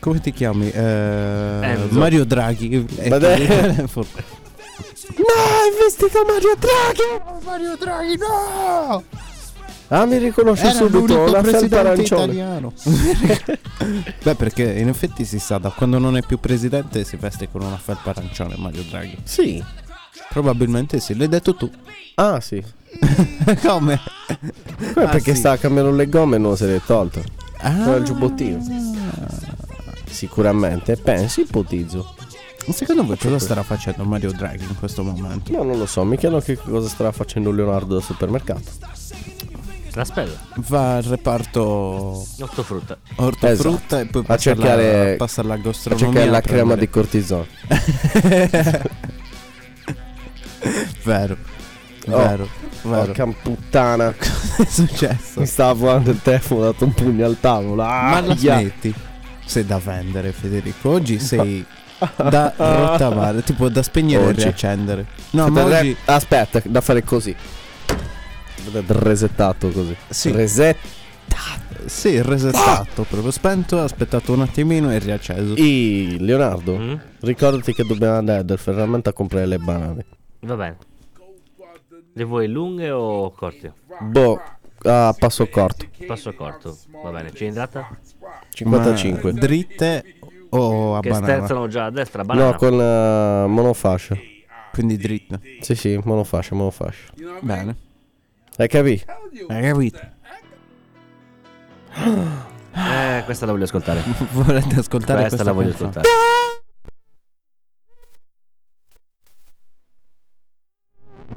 Speaker 3: Come ti chiami? Eh,
Speaker 7: Enzo.
Speaker 3: Mario Draghi. Eh,
Speaker 4: Ma dai.
Speaker 3: No, è vestito Mario Draghi! Mario Draghi, no!
Speaker 4: Ah, mi riconosce
Speaker 3: Era
Speaker 4: subito,
Speaker 3: l'unico
Speaker 4: la felpa
Speaker 3: presidente
Speaker 4: arancione.
Speaker 3: italiano. Beh, perché in effetti si sa, da quando non è più presidente si veste con una felpa arancione Mario Draghi.
Speaker 4: Sì.
Speaker 3: Probabilmente sì, l'hai detto tu.
Speaker 4: Ah, sì.
Speaker 3: Come?
Speaker 4: Eh,
Speaker 3: Ah,
Speaker 4: perché
Speaker 3: sì.
Speaker 4: sta cambiando le gomme e non se le è tolto.
Speaker 3: Ah,
Speaker 4: Con il giubbottino. Sicuramente, penso, ipotizzo.
Speaker 3: secondo voi cosa starà facendo Mario Draghi in questo momento?
Speaker 4: Io non lo so, mi chiedo che cosa starà facendo Leonardo al supermercato.
Speaker 7: La spella.
Speaker 3: Va al reparto
Speaker 7: Ortofrutta.
Speaker 3: ortofrutta
Speaker 4: Esatto.
Speaker 3: e poi
Speaker 4: A
Speaker 3: passa, alla-
Speaker 4: cercare-
Speaker 3: passa alla
Speaker 4: C'è
Speaker 3: gastronomia.
Speaker 4: che è la
Speaker 3: a
Speaker 4: crema di
Speaker 3: prendere-
Speaker 4: cortisone.
Speaker 3: Vero.
Speaker 4: Oh.
Speaker 3: Vero. vero.
Speaker 4: Porca puttana.
Speaker 3: Cosa è successo?
Speaker 4: Mi stava volando il telefono, ho dato un pugno al tavolo.
Speaker 3: Ma
Speaker 4: Ah,
Speaker 3: la
Speaker 4: ahia.
Speaker 3: smetti? Sei da vendere, Federico. Oggi sei da rottamare, tipo da spegnere
Speaker 4: Oggi.
Speaker 3: e riaccendere. No, ma
Speaker 4: Aspetta,
Speaker 3: oggi
Speaker 4: re- Aspetta, da fare così. Resettato così.
Speaker 3: Sì.
Speaker 4: Reset.
Speaker 3: sì, il resettato, proprio spento, aspettato un attimino e riacceso.
Speaker 4: I Leonardo,
Speaker 7: Mm?
Speaker 4: ricordati che dobbiamo andare dal ferramenta a comprare le banane.
Speaker 7: Va bene. Le vuoi lunghe o corte?
Speaker 4: Boh, a passo corto.
Speaker 7: Passo corto. Va bene. Cilindrata?
Speaker 3: Ma
Speaker 4: 55.
Speaker 3: dritte o a
Speaker 7: Che
Speaker 3: banana?
Speaker 7: sterzano già a destra. Banana.
Speaker 4: No, con eh, monofascia.
Speaker 3: Quindi dritte.
Speaker 4: Sì, sì, monofascia, monofascia.
Speaker 3: Bene.
Speaker 4: Hai capito?
Speaker 3: Hai capito?
Speaker 7: Eh, questa la voglio ascoltare.
Speaker 3: Volete ascoltare
Speaker 7: Questa
Speaker 3: questa,
Speaker 7: la voglio
Speaker 3: canzone?
Speaker 7: ascoltare.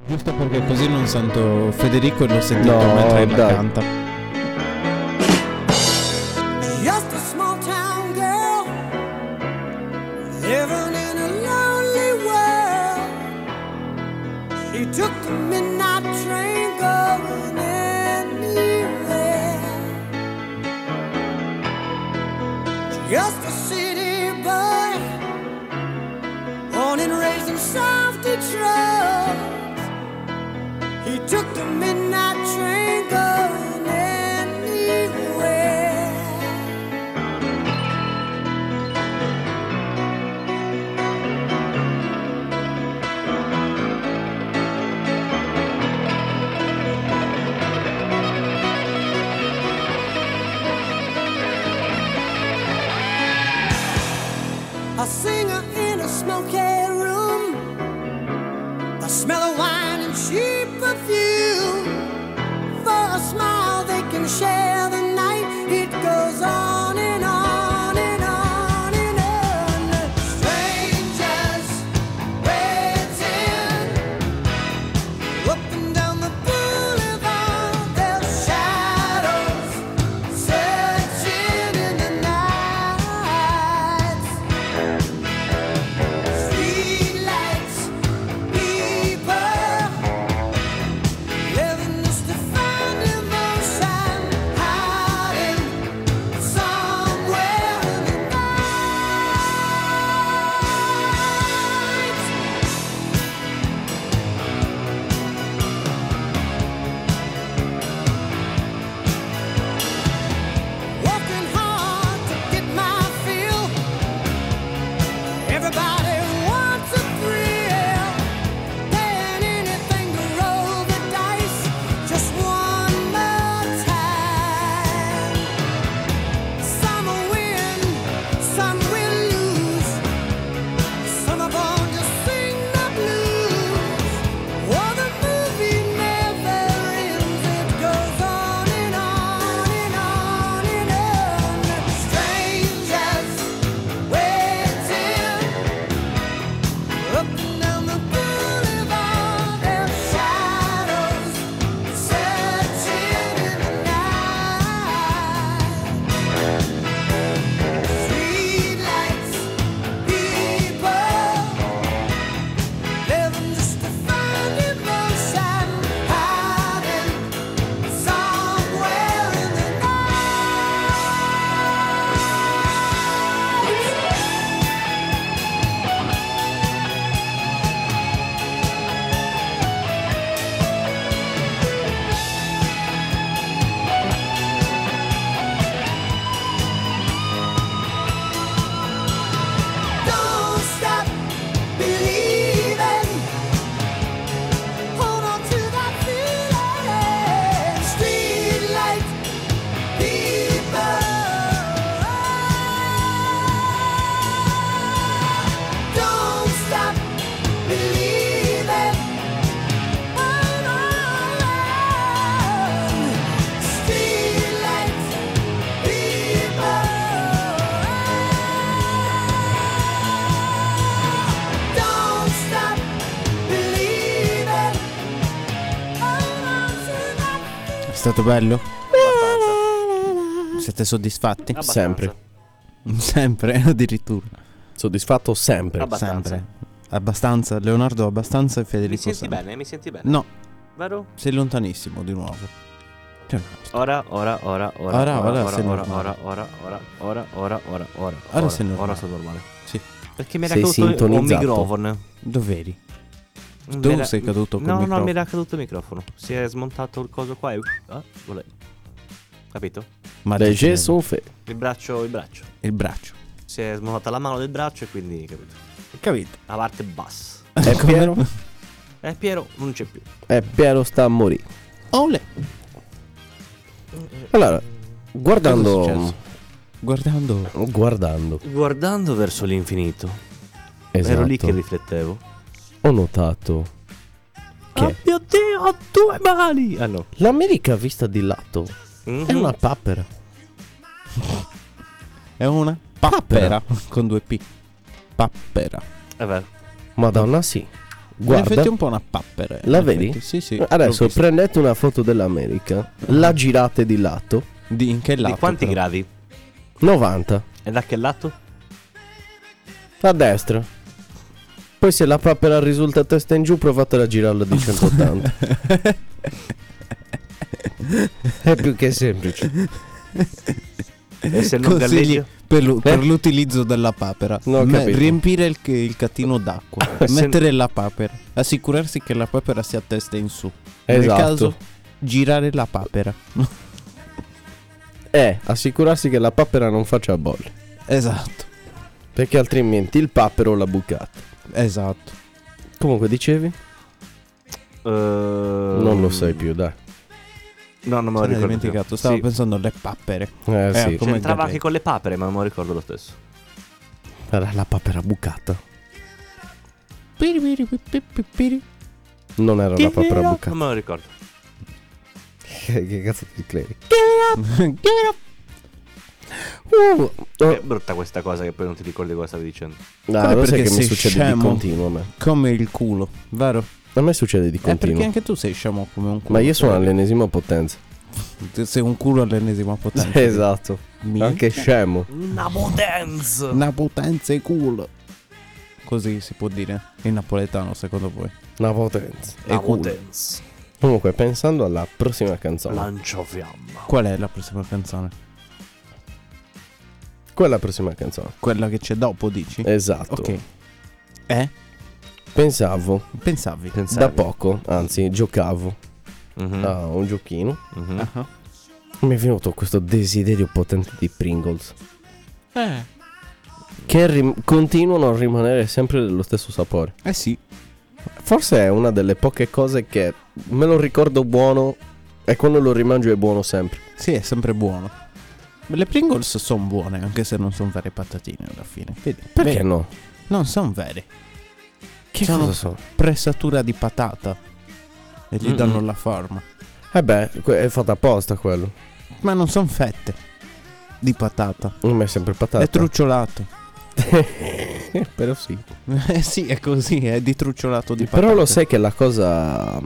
Speaker 3: Giusto perché così non sento Federico e l'ho sentito
Speaker 4: No,
Speaker 3: mentre la
Speaker 4: dai.
Speaker 3: canta.
Speaker 8: Just a small town girl living in a lonely world. She took the midnight train going anywhere. Just a city boy, born and raised in South Detroit. He took the midnight train going anywhere. a singer in a smoky room. The smell of wine and cheap perfume.
Speaker 3: stato bello? Siete soddisfatti?
Speaker 7: Abbastanza.
Speaker 4: Sempre.
Speaker 3: Sempre, addirittura.
Speaker 4: Soddisfatto sempre.
Speaker 7: Abbastanza.
Speaker 3: Sempre. Abbastanza, Leonardo abbastanza e
Speaker 7: Mi
Speaker 3: Federico
Speaker 7: senti
Speaker 3: sempre.
Speaker 7: bene? Mi senti bene?
Speaker 3: No,
Speaker 7: Vero?
Speaker 3: sei lontanissimo di nuovo. Cioè,
Speaker 7: Ora, ora, ora, ora,
Speaker 3: Ora, ora
Speaker 7: ora,
Speaker 3: sei
Speaker 7: ora,
Speaker 3: normale.
Speaker 7: ora, ora, ora, ora, ora, ora, ora,
Speaker 3: Ora sei normale.
Speaker 7: Ora sono normale.
Speaker 3: Sì.
Speaker 7: Perché mi era
Speaker 4: Sei
Speaker 7: caduto un
Speaker 4: sintonizzato.
Speaker 7: microfono.
Speaker 3: Dov'eri?
Speaker 7: Mi
Speaker 3: Tu
Speaker 7: era-
Speaker 3: sei caduto col
Speaker 7: No,
Speaker 3: microfono.
Speaker 7: no, mi era caduto il microfono. Si è smontato il coso qua e... Ah, vole- Capito?
Speaker 3: Ma
Speaker 4: Dai
Speaker 3: ti prego.
Speaker 4: Gesù fe.
Speaker 7: Il braccio, il braccio.
Speaker 3: Il braccio.
Speaker 7: Si è smontata la mano del braccio e quindi, capito?
Speaker 3: Capito.
Speaker 7: La parte bassa.
Speaker 4: È Piero.
Speaker 7: Eh, Piero non c'è più.
Speaker 3: Eh,
Speaker 4: È Piero sta a morire.
Speaker 3: Ole. Cosa
Speaker 4: Allora,
Speaker 3: è successo?
Speaker 4: guardando...
Speaker 3: Guardando...
Speaker 4: Oh, Guardando.
Speaker 7: Guardando verso l'infinito, ero lì che
Speaker 4: Esatto.
Speaker 7: riflettevo.
Speaker 4: Ho notato che
Speaker 7: Oh mio Dio, ho due mani! Ah no. Mhm.
Speaker 4: l'America vista di lato è una papera.
Speaker 3: È una pappera. Con due P. Pappera.
Speaker 7: È vero.
Speaker 4: Madonna sì.
Speaker 3: In
Speaker 4: Guarda.
Speaker 3: effetti è un po' una pappera. in
Speaker 4: La
Speaker 3: effetti.
Speaker 4: vedi?
Speaker 3: Sì, sì. l'ho
Speaker 4: Adesso
Speaker 3: vista.
Speaker 4: prendete una foto dell'America, la girate di lato,
Speaker 3: Di in che lato?
Speaker 7: Di quanti
Speaker 3: però?
Speaker 7: gradi?
Speaker 4: 90,
Speaker 7: E da che lato?
Speaker 4: a destra. Poi se la papera risulta testa in giù provatela a girarla di 180. È più che semplice.
Speaker 3: Eh,
Speaker 7: E se non
Speaker 3: Consigli
Speaker 7: galleggio?
Speaker 3: per, l'u- per
Speaker 4: Eh?
Speaker 3: l'utilizzo della papera.
Speaker 4: No, ho
Speaker 3: Me-
Speaker 4: capito.
Speaker 3: riempire il, il catino d'acqua.
Speaker 4: Se-
Speaker 3: mettere la papera. Assicurarsi che la papera sia a testa in su. Nel
Speaker 4: Esatto.
Speaker 3: caso, girare la papera.
Speaker 4: È assicurarsi che la papera non faccia bolle,
Speaker 3: esatto.
Speaker 4: perché altrimenti il papero la bucate.
Speaker 3: Esatto.
Speaker 4: Comunque dicevi? Non lo sai più, dai.
Speaker 7: No, non me lo
Speaker 3: Me l'ho
Speaker 7: ricordo. più.
Speaker 3: dimenticato. Stavo
Speaker 7: Sì.
Speaker 3: pensando alle papere.
Speaker 4: Eh,
Speaker 3: Eh,
Speaker 4: sì.
Speaker 3: come
Speaker 7: C'entrava
Speaker 3: Garrett.
Speaker 7: anche con le papere, ma non me lo ricordo lo stesso.
Speaker 4: Era la papera bucata. Non era la papera
Speaker 7: Non
Speaker 4: bucata.
Speaker 7: me lo ricordo.
Speaker 4: che, che cazzo ti credi?
Speaker 3: Eh,
Speaker 4: Oh,
Speaker 7: È brutta questa cosa che poi non ti ricordi cosa stavi dicendo.
Speaker 4: No, lo
Speaker 3: perché
Speaker 4: sai che mi
Speaker 3: sei
Speaker 4: succede
Speaker 3: scemo.
Speaker 4: di continuo a me.
Speaker 3: Come il culo, vero?
Speaker 4: A me succede di
Speaker 3: Eh, perché
Speaker 4: continuo.
Speaker 3: anche tu sei scemo come un culo.
Speaker 4: Ma io sono all'ennesima potenza.
Speaker 3: Te- Sei un culo all'ennesima potenza.
Speaker 4: esatto.
Speaker 3: Mi-
Speaker 4: Anche scemo.
Speaker 7: Napotenz!
Speaker 3: Una potenza e culo. Così si può dire in napoletano, secondo voi.
Speaker 4: Una potenza.
Speaker 3: E culo.
Speaker 7: Napotenz.
Speaker 4: Comunque, pensando alla prossima canzone.
Speaker 7: Lanciofiamma.
Speaker 3: Qual è la prossima canzone?
Speaker 4: Quella prossima canzone.
Speaker 3: Quella che c'è dopo, dici?
Speaker 4: Esatto.
Speaker 3: Ok. Eh?
Speaker 4: Pensavo
Speaker 3: Pensavi.
Speaker 4: da poco, anzi, giocavo
Speaker 7: Mhm,
Speaker 4: a un giochino.
Speaker 7: mhm.
Speaker 3: Ah.
Speaker 4: Mi è venuto questo desiderio potente di Pringles.
Speaker 3: Eh.
Speaker 4: Che rim- continuano a rimanere sempre dello stesso sapore.
Speaker 3: Eh sì.
Speaker 4: Forse è una delle poche cose che me lo ricordo buono e quando lo rimangio è buono sempre.
Speaker 3: Sì, è sempre buono. Le Pringles sono buone, anche se non sono vere patatine alla fine. Vedi?
Speaker 4: Perché
Speaker 3: Vedi?
Speaker 4: no? Cioè,
Speaker 3: Non sono vere.
Speaker 4: Che
Speaker 3: Sono-
Speaker 4: cosa sono?
Speaker 3: Pressatura di patata. E gli
Speaker 7: Mm-mm.
Speaker 3: danno la forma.
Speaker 4: Eh beh, que- è fatta apposta quello.
Speaker 3: Ma non sono fette. Di patata.
Speaker 4: Non è sempre patata.
Speaker 3: È trucciolato.
Speaker 4: Però sì.
Speaker 3: Eh sì, è così, è di trucciolato di patate.
Speaker 4: Però lo sai che la cosa mm,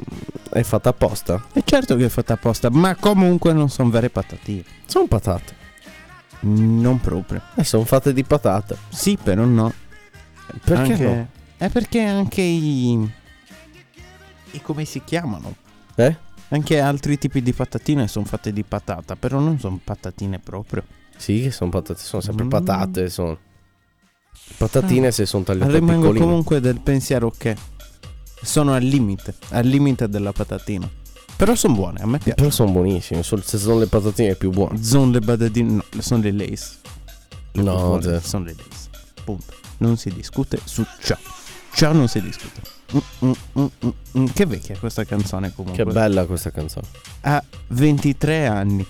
Speaker 4: è fatta apposta?
Speaker 3: E certo che è fatta apposta, ma comunque non sono vere patatine.
Speaker 4: Sono patate.
Speaker 3: Non proprio.
Speaker 4: E sono Eh, fatte di patate.
Speaker 3: Sì, però no.
Speaker 4: Perché
Speaker 3: Anche-
Speaker 4: no?
Speaker 3: È perché anche i... i come si chiamano?
Speaker 4: Eh?
Speaker 3: Anche altri tipi di patatine sono fatte di patata, però non sono patatine proprio.
Speaker 4: Sì, che sono patate. Sono sempre
Speaker 3: Mm. Ah.
Speaker 4: patate. Sono. Patatine se sono tagliate
Speaker 3: Rimango
Speaker 4: piccoline.
Speaker 3: comunque del pensiero che sono al limite, al limite della patatina. Però sono buone, a me piacciono.
Speaker 4: Però sono buonissime. sol- Se sono le patatine è più buone.
Speaker 3: Sono le badadine, no, sono le lace.
Speaker 4: No, zero.
Speaker 3: Mm. sono le lace. Punto. Non si discute su ciò. Ciò non si discute. Mm, mm, mm, mm, mm. Che vecchia è questa canzone comunque.
Speaker 4: Che bella questa canzone.
Speaker 3: Ha 23 anni.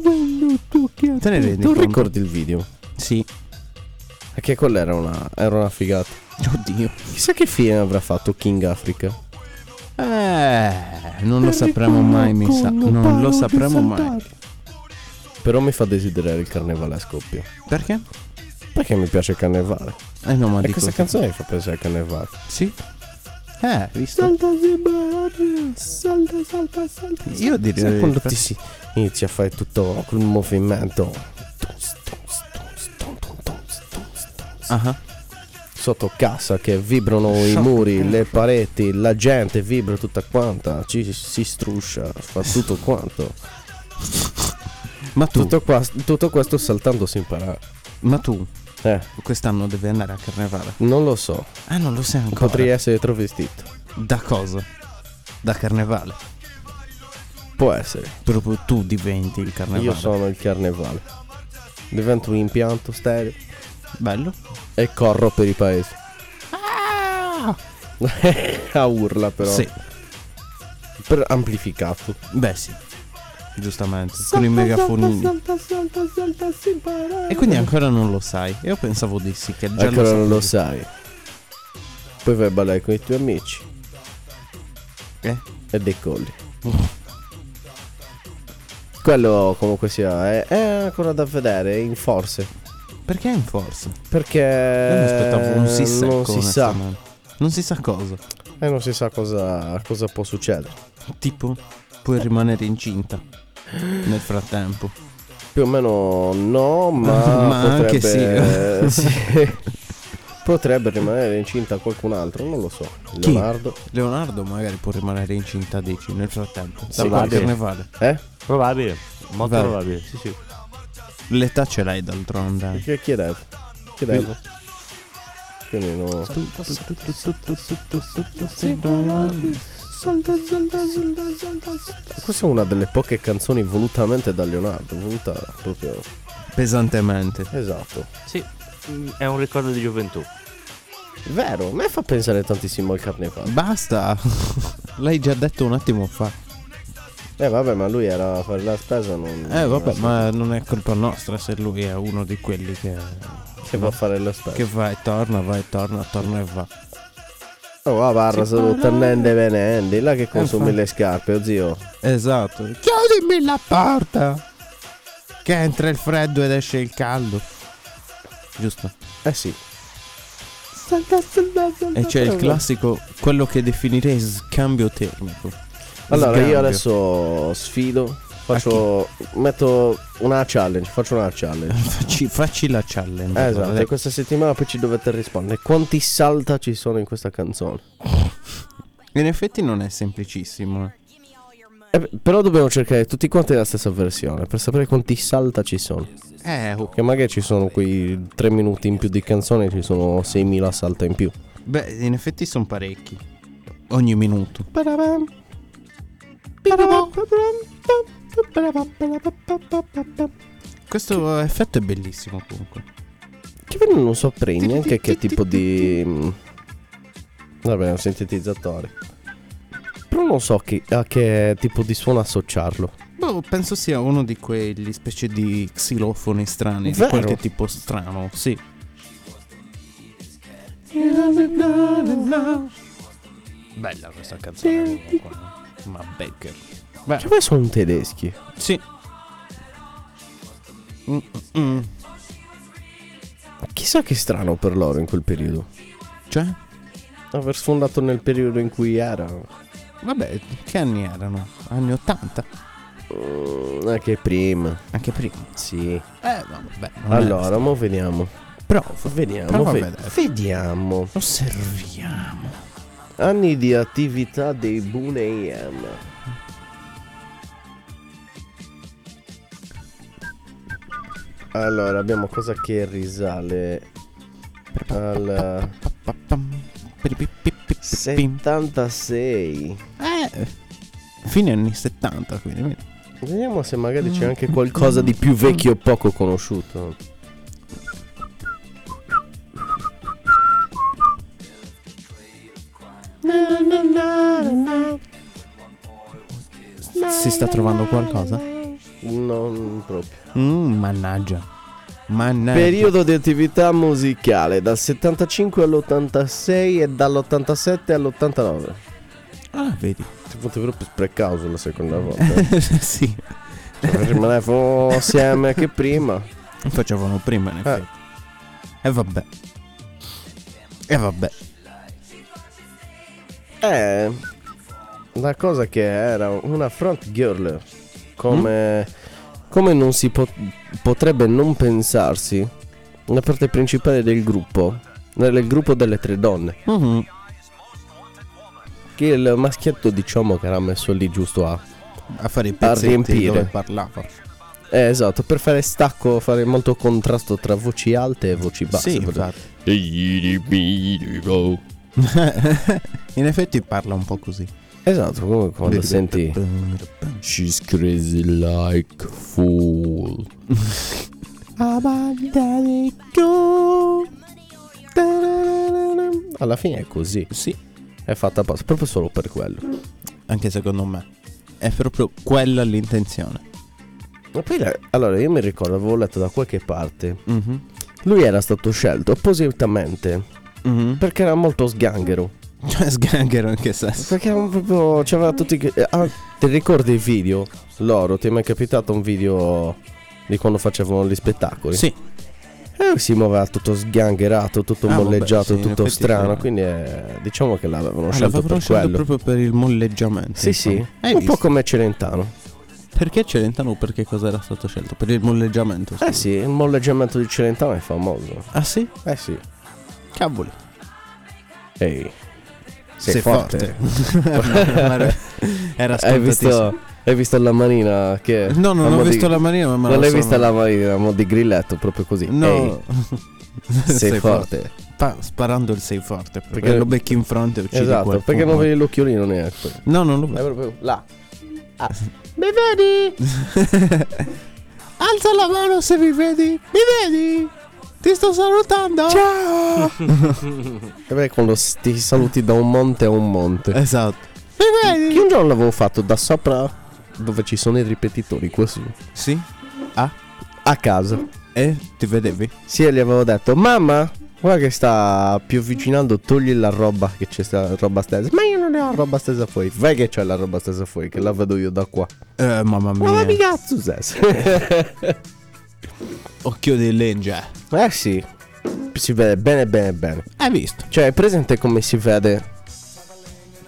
Speaker 3: Te ne rendi
Speaker 4: Tu
Speaker 3: conto?
Speaker 4: ricordi il video?
Speaker 3: Sì.
Speaker 4: Perché quella era una, era una figata.
Speaker 3: Oddio.
Speaker 4: Chissà che fine avrà fatto King Africa.
Speaker 3: Eh, non lo sapremo mai, mi sa. Non lo sapremo mai.
Speaker 4: Però mi fa desiderare il carnevale a scoppio.
Speaker 3: Perché?
Speaker 4: Perché mi piace il carnevale.
Speaker 3: Eh no, ma
Speaker 4: e
Speaker 3: di
Speaker 4: questa
Speaker 3: cosa-
Speaker 4: canzone mi fa pensare al carnevale.
Speaker 3: Sì. Eh, visto?
Speaker 4: salta, salta, salta.
Speaker 3: Io direi-
Speaker 4: Sai quando ti si inizia a fare tutto quel movimento. Tons, tons, tons, ton, ton, tons, tons, tons.
Speaker 3: Ah,
Speaker 4: Sotto cassa che vibrano i muri, le pareti, la gente vibra tutta quanta, ci si struscia, fa tutto quanto.
Speaker 3: Ma tu,
Speaker 4: Tutto, qua- tutto questo saltando si impara.
Speaker 3: ma tu
Speaker 4: Eh,
Speaker 3: quest'anno devi andare a carnevale.
Speaker 4: non lo so,
Speaker 3: Ah, non lo sai ancora.
Speaker 4: potrei essere travestito.
Speaker 3: Da cosa? Da carnevale.
Speaker 4: Può essere.
Speaker 3: Proprio tu diventi il carnevale.
Speaker 4: Io sono il carnevale. Divento un impianto stereo
Speaker 3: Bello.
Speaker 4: e corro per i paesi. A urla però.
Speaker 3: Ah! Sì.
Speaker 4: Per amplificato.
Speaker 3: Beh sì. Giustamente. Con i megafonini. E quindi ancora non lo sai. Io pensavo di sì, che già lo
Speaker 4: Ancora non
Speaker 3: sapevi.
Speaker 4: lo sai. Poi vai a ballare con i tuoi amici
Speaker 3: Eh?
Speaker 4: e decolli. Quello comunque sia eh, è, è ancora da vedere, è in forse.
Speaker 3: Perché è in forza?
Speaker 4: Perché
Speaker 3: Io Eh, mi aspettavo un si secco,
Speaker 4: Eh, non si sa.
Speaker 3: onestamente. Non si sa cosa.
Speaker 4: E non si sa cosa, cosa può succedere.
Speaker 3: Tipo, puoi rimanere incinta. Nel frattempo.
Speaker 4: Più o meno no, ma,
Speaker 3: Ma
Speaker 4: potrebbe,
Speaker 3: anche
Speaker 4: sì. potrebbe rimanere incinta qualcun altro, non lo so.
Speaker 3: Chi?
Speaker 4: Leonardo.
Speaker 3: Leonardo magari può rimanere incinta dici nel frattempo. Da
Speaker 5: Sì,
Speaker 3: qualche
Speaker 5: sì.
Speaker 3: carnevale.
Speaker 4: Eh?
Speaker 7: Probabile. Molto
Speaker 3: Vabbè.
Speaker 7: probabile. Sì, sì.
Speaker 3: L'età ce l'hai d'altronde.
Speaker 4: Che chiedevo? Chiedevo. Quindi no. Questa è una delle poche canzoni volutamente da Leonardo, voluta proprio.
Speaker 3: Pesantemente.
Speaker 4: Esatto.
Speaker 7: Sì, mm, è un ricordo di gioventù.
Speaker 4: Vero, a me fa pensare tantissimo al carnevale.
Speaker 3: Basta. L'hai già detto un attimo fa.
Speaker 4: Eh vabbè, ma lui era a fare la spesa, non.
Speaker 3: Eh vabbè,
Speaker 4: non-
Speaker 3: ma non è colpa nostra se lui è uno di quelli che,
Speaker 4: Che va a fare la spesa.
Speaker 3: che va e torna, va e torna, torna e va.
Speaker 4: Oh, va barra solo tenende venende, là che consumi
Speaker 3: fa-
Speaker 4: le scarpe, oh zio.
Speaker 3: Esatto. Chiudimi la porta. Che entra il freddo ed esce il caldo. Giusto.
Speaker 4: Eh sì.
Speaker 3: E c'è il classico, quello che definirei scambio termico.
Speaker 4: Allora
Speaker 3: Sgambio.
Speaker 4: io adesso sfido, faccio metto una challenge, faccio una challenge.
Speaker 3: Facci, facci la challenge.
Speaker 4: Eh, esatto,
Speaker 3: guarda.
Speaker 4: e questa settimana poi ci dovete rispondere quanti salta ci sono in questa canzone.
Speaker 3: In effetti non è semplicissimo. eh.
Speaker 4: Eh, beh, però dobbiamo cercare tutti quanti la stessa versione per sapere quanti salta ci sono.
Speaker 3: Eh, oh,
Speaker 4: Che magari ci sono quei 3 minuti in più di canzone, ci sono 6.000 salta in più.
Speaker 3: beh, in effetti sono parecchi. Ogni minuto. Questo effetto è bellissimo comunque.
Speaker 4: Che poi non saprei neanche che tipo di. mm, Vabbè, è un sintetizzatore. Però non so che- a che tipo di suono associarlo.
Speaker 3: Boh, penso sia uno di quegli specie di xilofoni strani,
Speaker 4: Vero?
Speaker 3: di qualche tipo strano, sì. Bella questa canzone, comunque. ma Becker. Beh,
Speaker 4: Cioè, poi sono tedeschi.
Speaker 3: sì. Mm, mm, mm.
Speaker 4: Chissà che strano per loro in quel periodo.
Speaker 3: Cioè?
Speaker 4: Aver sfondato nel periodo in cui era.
Speaker 3: Vabbè, che anni erano? Anni 80?
Speaker 4: Mm, Anche prima.
Speaker 3: Anche prima.
Speaker 4: Sì.
Speaker 3: Eh, no, vabbè. non è-
Speaker 4: Allora, mo vediamo.
Speaker 3: prova.
Speaker 4: Vediamo.
Speaker 3: Prova a
Speaker 4: ve-
Speaker 3: vedere.
Speaker 4: vediamo.
Speaker 3: Osserviamo.
Speaker 4: Anni di attività dei Boone AM. Allora, abbiamo cosa che risale al
Speaker 3: Pa- pam, piripipipipipim.
Speaker 4: 76.
Speaker 3: Eh, fine anni 70, quindi. vedi.
Speaker 4: Vediamo se magari c'è anche qualcosa di più vecchio o poco conosciuto.
Speaker 3: Si sta trovando qualcosa?
Speaker 4: Non proprio.
Speaker 3: Mm, mannaggia. Mannaggia.
Speaker 4: Periodo di attività musicale dal 75 all'86 e dall'87 all'89.
Speaker 3: Ah, vedi.
Speaker 4: Ti fate proprio sprecato la seconda volta.
Speaker 3: sì.
Speaker 4: Rimanevo assieme che prima. Eh,
Speaker 3: Facevano prima, in effetti. E vabbè. E vabbè.
Speaker 4: Eh, la cosa che era una front girl, come, come non si po- potrebbe non pensarsi, la parte principale del gruppo, del gruppo delle tre donne,
Speaker 3: Mhm.
Speaker 4: che il maschietto diciamo che era messo lì giusto a...
Speaker 3: A fare i pezzetti
Speaker 4: riempire.
Speaker 3: dove parlava.
Speaker 4: Eh, esatto, per fare stacco, fare molto contrasto tra voci alte e voci basse.
Speaker 3: sì,
Speaker 4: per-
Speaker 3: infatti. In effetti parla un po' così.
Speaker 4: esatto, come quando senti... She's crazy like fool. Alla fine è così.
Speaker 3: Sì,
Speaker 4: È fatta apposta, proprio solo per quello.
Speaker 3: anche secondo me. È proprio quella l'intenzione.
Speaker 4: Ma poi la- allora, io mi ricordo, avevo letto da qualche parte.
Speaker 3: Mhm.
Speaker 4: Lui era stato scelto appositamente
Speaker 3: Mhm.
Speaker 4: perché era molto sganghero.
Speaker 3: Cioè, sganghero anche se.
Speaker 4: Perché era proprio. C'aveva tutti. che-
Speaker 3: eh,
Speaker 4: Ah, ti ricordi il video? Loro, ti è mai capitato un video di quando facevano gli spettacoli?
Speaker 3: Sì,
Speaker 4: Eh, si muoveva tutto sgangherato, tutto
Speaker 3: Ah, vabbè,
Speaker 4: molleggiato,
Speaker 3: sì, in
Speaker 4: tutto
Speaker 3: effetti
Speaker 4: strano.
Speaker 3: era-
Speaker 4: Quindi eh, diciamo che l'avevano
Speaker 3: Ah,
Speaker 4: scelto
Speaker 3: l'avevano
Speaker 4: per
Speaker 3: scelto
Speaker 4: quello.
Speaker 3: proprio per il molleggiamento.
Speaker 4: Sì, sì.
Speaker 3: insomma. Hai
Speaker 4: un
Speaker 3: visto?
Speaker 4: po' come Celentano.
Speaker 3: Perché Celentano? Perché cosa era stato scelto? Per il molleggiamento.
Speaker 4: Eh sì, il molleggiamento di Celentano è famoso.
Speaker 3: Ah sì?
Speaker 4: Eh sì.
Speaker 3: Cavolo.
Speaker 4: Ehi. Sei,
Speaker 3: Sei
Speaker 4: forte.
Speaker 3: forte. era
Speaker 4: Hai,
Speaker 3: ascoltatissimo.
Speaker 4: visto, hai visto la manina che.
Speaker 3: No, non
Speaker 4: a mo'
Speaker 3: ho
Speaker 4: di-
Speaker 3: visto la manina, ma
Speaker 4: non
Speaker 3: lo
Speaker 4: l'hai
Speaker 3: sono-
Speaker 4: vista la marina, mo di grilletto, proprio così.
Speaker 3: No.
Speaker 4: Ehi, sei, forte.
Speaker 3: Pa- sparando il sei forte. Perché,
Speaker 4: Perché-
Speaker 3: lo becchi in fronte e uccidi
Speaker 4: Esatto,
Speaker 3: qualcuno.
Speaker 4: perché non vedi l'occhiolino neanche.
Speaker 3: No, non lo
Speaker 4: È
Speaker 3: vedo.
Speaker 4: proprio là. Ah. Mi vedi?
Speaker 3: Alza la mano se mi vedi. Mi vedi? Ti sto salutando. Ciao.
Speaker 4: E beh, quando s- ti saluti da un monte a un monte.
Speaker 3: Esatto.
Speaker 4: Che un giorno l'avevo fatto da sopra dove ci sono i ripetitori, così.
Speaker 3: Sì. Ah?
Speaker 4: A casa.
Speaker 3: E ti vedevi?
Speaker 4: Sì, e gli avevo detto, mamma, guarda che sta più avvicinando, togli la roba che c'è sta roba stesa. Ma io non ne ho roba stesa fuori. Vai che c'è la roba stesa fuori, che la vedo io da qua.
Speaker 3: Eh, mamma mia.
Speaker 4: Ma mi cazzo stessa.
Speaker 3: Occhio di lengia.
Speaker 4: eh sì. Si vede bene bene bene.
Speaker 3: Hai visto?
Speaker 4: Cioè, è presente come si vede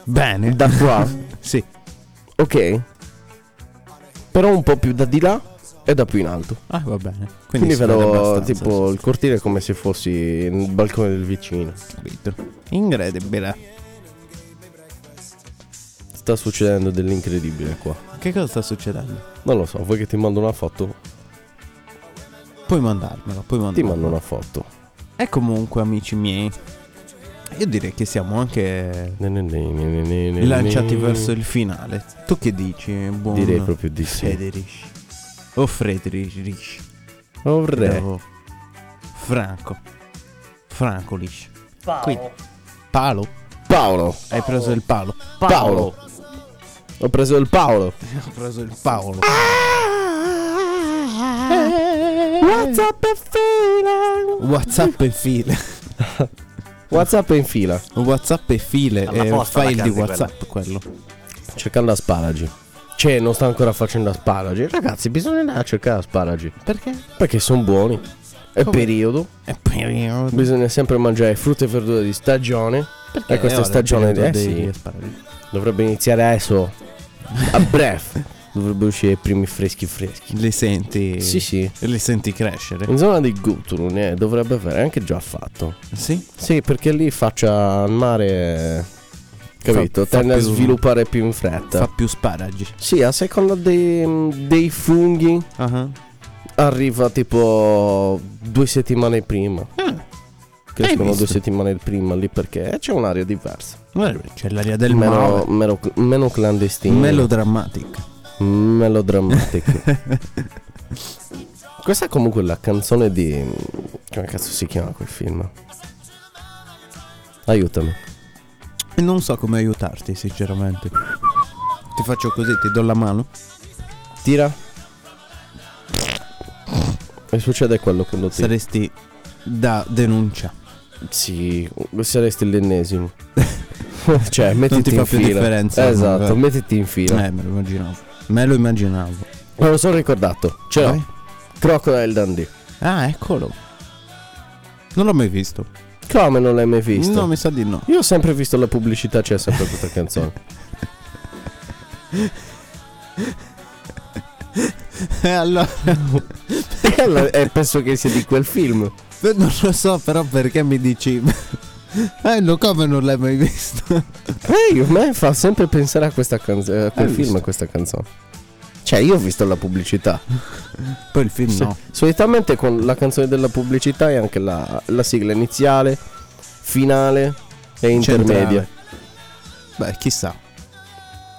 Speaker 3: Bene.
Speaker 4: da qua?
Speaker 3: Sì.
Speaker 4: ok. Però un po' più da di là e da più in alto.
Speaker 3: Ah, va bene. Quindi,
Speaker 4: Quindi,
Speaker 3: si vede
Speaker 4: vedo
Speaker 3: abbastanza,
Speaker 4: tipo il cortile come se fossi il balcone del vicino.
Speaker 3: sì, capito. Incredibile.
Speaker 4: Sta succedendo dell'incredibile qua.
Speaker 3: Che cosa sta succedendo?
Speaker 4: Non lo so, vuoi che ti mando una foto?
Speaker 3: Puoi mandarmela, puoi
Speaker 4: Ti
Speaker 3: mandarmela.
Speaker 4: mando una foto.
Speaker 3: E comunque, amici miei, io direi che siamo anche
Speaker 4: Ne, ne, ne, ne, ne, ne, ne,
Speaker 3: lanciati
Speaker 4: ne.
Speaker 3: verso il finale. Tu che dici, buon
Speaker 4: Direi proprio di sì.
Speaker 3: Federich? O Frederich?
Speaker 4: Oh, re.
Speaker 3: O Franco. Francolich. Paolo. Palo?
Speaker 4: Paolo!
Speaker 3: Hai preso il palo.
Speaker 4: Paolo! Ho preso il Paolo!
Speaker 3: Ho preso il Paolo.
Speaker 4: WhatsApp in fila!
Speaker 3: Whatsapp e file.
Speaker 4: WhatsApp in fila.
Speaker 3: Whatsapp e file.
Speaker 5: Alla
Speaker 3: eh,
Speaker 5: posta la
Speaker 3: file di
Speaker 5: candi
Speaker 3: Whatsapp quello.
Speaker 4: Cercando asparagi. Cioè, non sta ancora facendo asparagi. Ragazzi, bisogna andare a cercare Ah, asparagi.
Speaker 3: Perché?
Speaker 4: Perché sono buoni. È periodo.
Speaker 3: È periodo.
Speaker 4: Bisogna sempre mangiare frutta e verdura di stagione. e questa stagione di...
Speaker 3: dei
Speaker 4: Eh, sì. Dovrebbe iniziare adesso. A breve. Dovrebbero uscire i primi freschi freschi.
Speaker 3: Le senti?
Speaker 4: Sì, sì.
Speaker 3: Le senti crescere?
Speaker 4: In zona di Gutrun eh, dovrebbe avere anche già fatto.
Speaker 3: Sì.
Speaker 4: Sì, perché lì faccia al mare. Capito?
Speaker 3: Fa- fa
Speaker 4: Tende a
Speaker 3: più-
Speaker 4: sviluppare più in fretta.
Speaker 3: Fa più sparagi.
Speaker 4: Sì, a seconda dei, dei funghi arriva tipo due settimane prima. Crescono
Speaker 3: Ah. visto?
Speaker 4: due settimane prima lì perché c'è un'area diversa.
Speaker 3: Guarda, C'è l'aria del
Speaker 4: meno,
Speaker 3: mare.
Speaker 4: meno, meno clandestina.
Speaker 3: Melodrammatica.
Speaker 4: Melodrammatico. Questa è comunque la canzone di. Come cazzo si chiama quel film? Aiutami.
Speaker 3: E non so come aiutarti, sinceramente. Ti faccio così, ti do la mano.
Speaker 4: Tira. E succede quello quando ti.
Speaker 3: Saresti da denuncia.
Speaker 4: Sì, saresti l'ennesimo. cioè, mettiti
Speaker 3: ti fa
Speaker 4: in
Speaker 3: più
Speaker 4: fila.
Speaker 3: differenza,
Speaker 4: Esatto,
Speaker 3: comunque.
Speaker 4: mettiti in fila.
Speaker 3: Eh, me lo immaginavo. Me lo immaginavo.
Speaker 4: Me lo sono ricordato. Ce
Speaker 3: Eh?
Speaker 4: l'ho.
Speaker 3: Vai.
Speaker 4: Crocodile Dundee.
Speaker 3: Ah, eccolo. Non l'ho mai visto.
Speaker 4: Come non l'hai mai visto?
Speaker 3: No, mi sa di no.
Speaker 4: Io ho sempre visto la pubblicità, c'è sempre questa canzone.
Speaker 3: Eh, allora,
Speaker 4: E allora- e penso che sia di quel film.
Speaker 3: non lo so però perché mi dici... Eh, no, come non l'hai mai visto?
Speaker 4: Ehi, a me Eh, fa sempre pensare a, questa canzone a quel
Speaker 3: Hai
Speaker 4: film,
Speaker 3: visto?
Speaker 4: a questa canzone. Cioè, io ho visto la pubblicità.
Speaker 3: Poi il film no.
Speaker 4: Solitamente con la canzone della pubblicità e anche la, la sigla iniziale, finale e intermedia.
Speaker 3: Beh, chissà.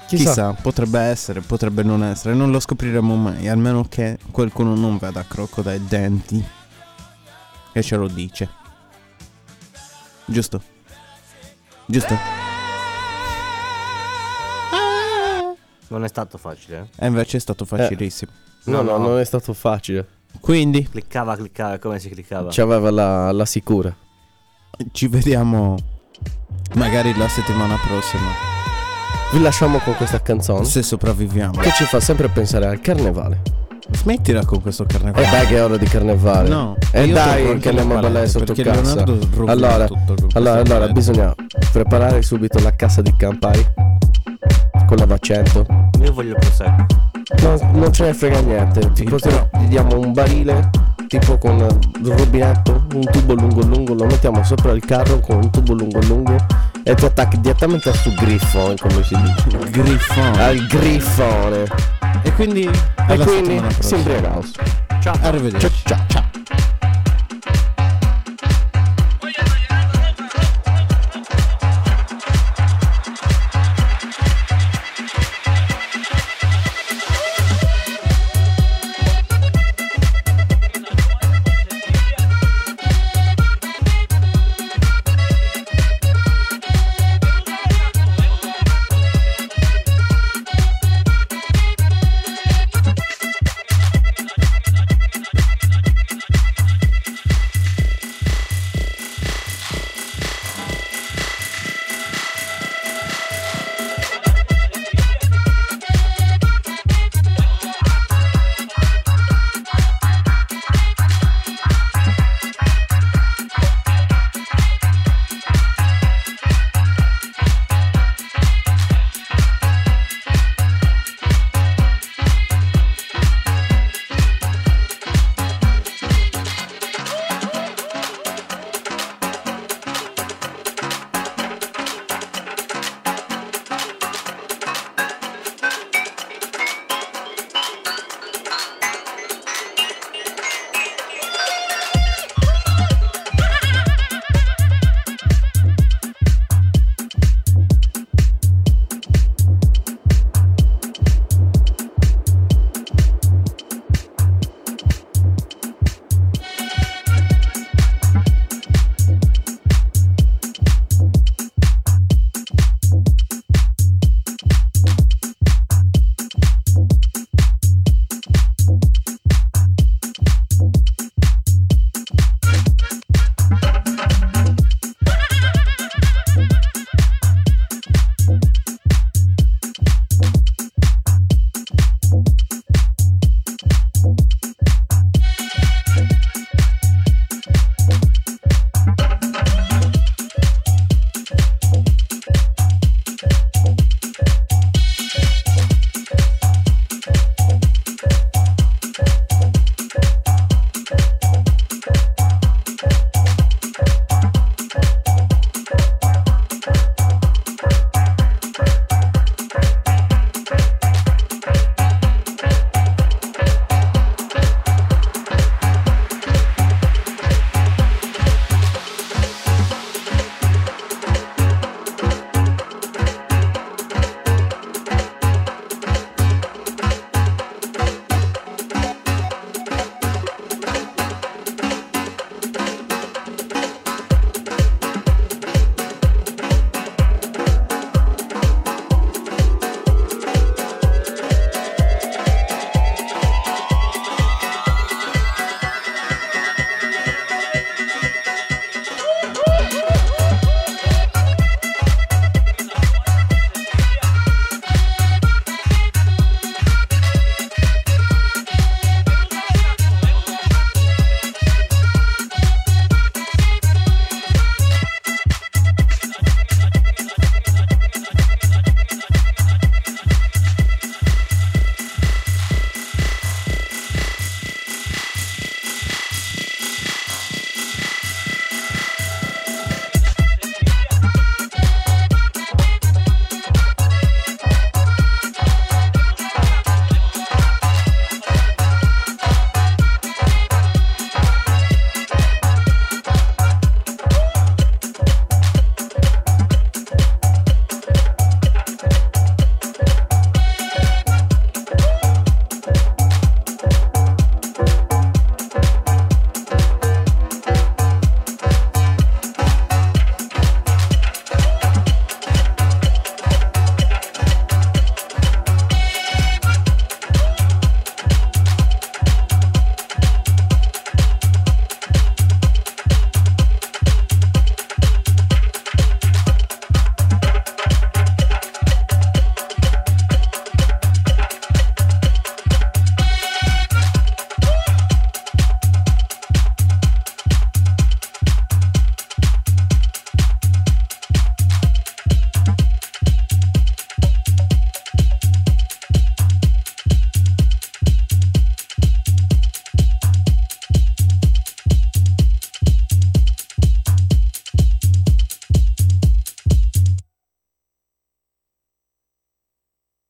Speaker 4: Chissà.
Speaker 3: Chissà, potrebbe essere, potrebbe non essere, non lo scopriremo mai, almeno che qualcuno non vada a Crocodile Denti e ce lo dice. Giusto? Giusto?
Speaker 7: Non è stato facile. eh.
Speaker 3: E invece è stato facilissimo.
Speaker 4: No, no,
Speaker 7: No, no.
Speaker 4: non è stato facile.
Speaker 3: Quindi
Speaker 7: Cliccava, cliccava, come si cliccava?
Speaker 4: Ci aveva la, la sicura.
Speaker 3: ci vediamo magari la settimana prossima,
Speaker 4: Vi lasciamo con questa canzone
Speaker 3: se sopravviviamo.
Speaker 4: che ci fa sempre pensare al carnevale.
Speaker 3: Smettila con questo
Speaker 4: E
Speaker 3: carnevale.
Speaker 4: dai che è ora di carnevale.
Speaker 3: No.
Speaker 4: E
Speaker 3: Io torno
Speaker 4: dai
Speaker 3: al
Speaker 4: che andiamo a ballare
Speaker 3: carnevale,
Speaker 4: sotto
Speaker 3: perché
Speaker 4: cassa.
Speaker 3: Leonardo rovina
Speaker 4: Allora,
Speaker 3: tutto con
Speaker 4: allora,
Speaker 3: questo
Speaker 4: allora
Speaker 3: balletto.
Speaker 4: bisogna preparare subito la cassa di Campari con la vaccento.
Speaker 7: Io voglio il prosecco.
Speaker 4: No, non ce ne frega niente. Tipo se gli diamo un barile tipo con un rubinetto, un tubo lungo lungo, lo mettiamo sopra il carro con un tubo lungo lungo e tu attacchi direttamente a sto griffone, come si dice.
Speaker 3: Griffone.
Speaker 4: Al griffone.
Speaker 3: E quindi
Speaker 4: E
Speaker 3: alla
Speaker 4: quindi
Speaker 3: settimana
Speaker 4: si
Speaker 3: prossima.
Speaker 4: imbriagaus.
Speaker 3: Arrivederci.
Speaker 4: Ciao ciao.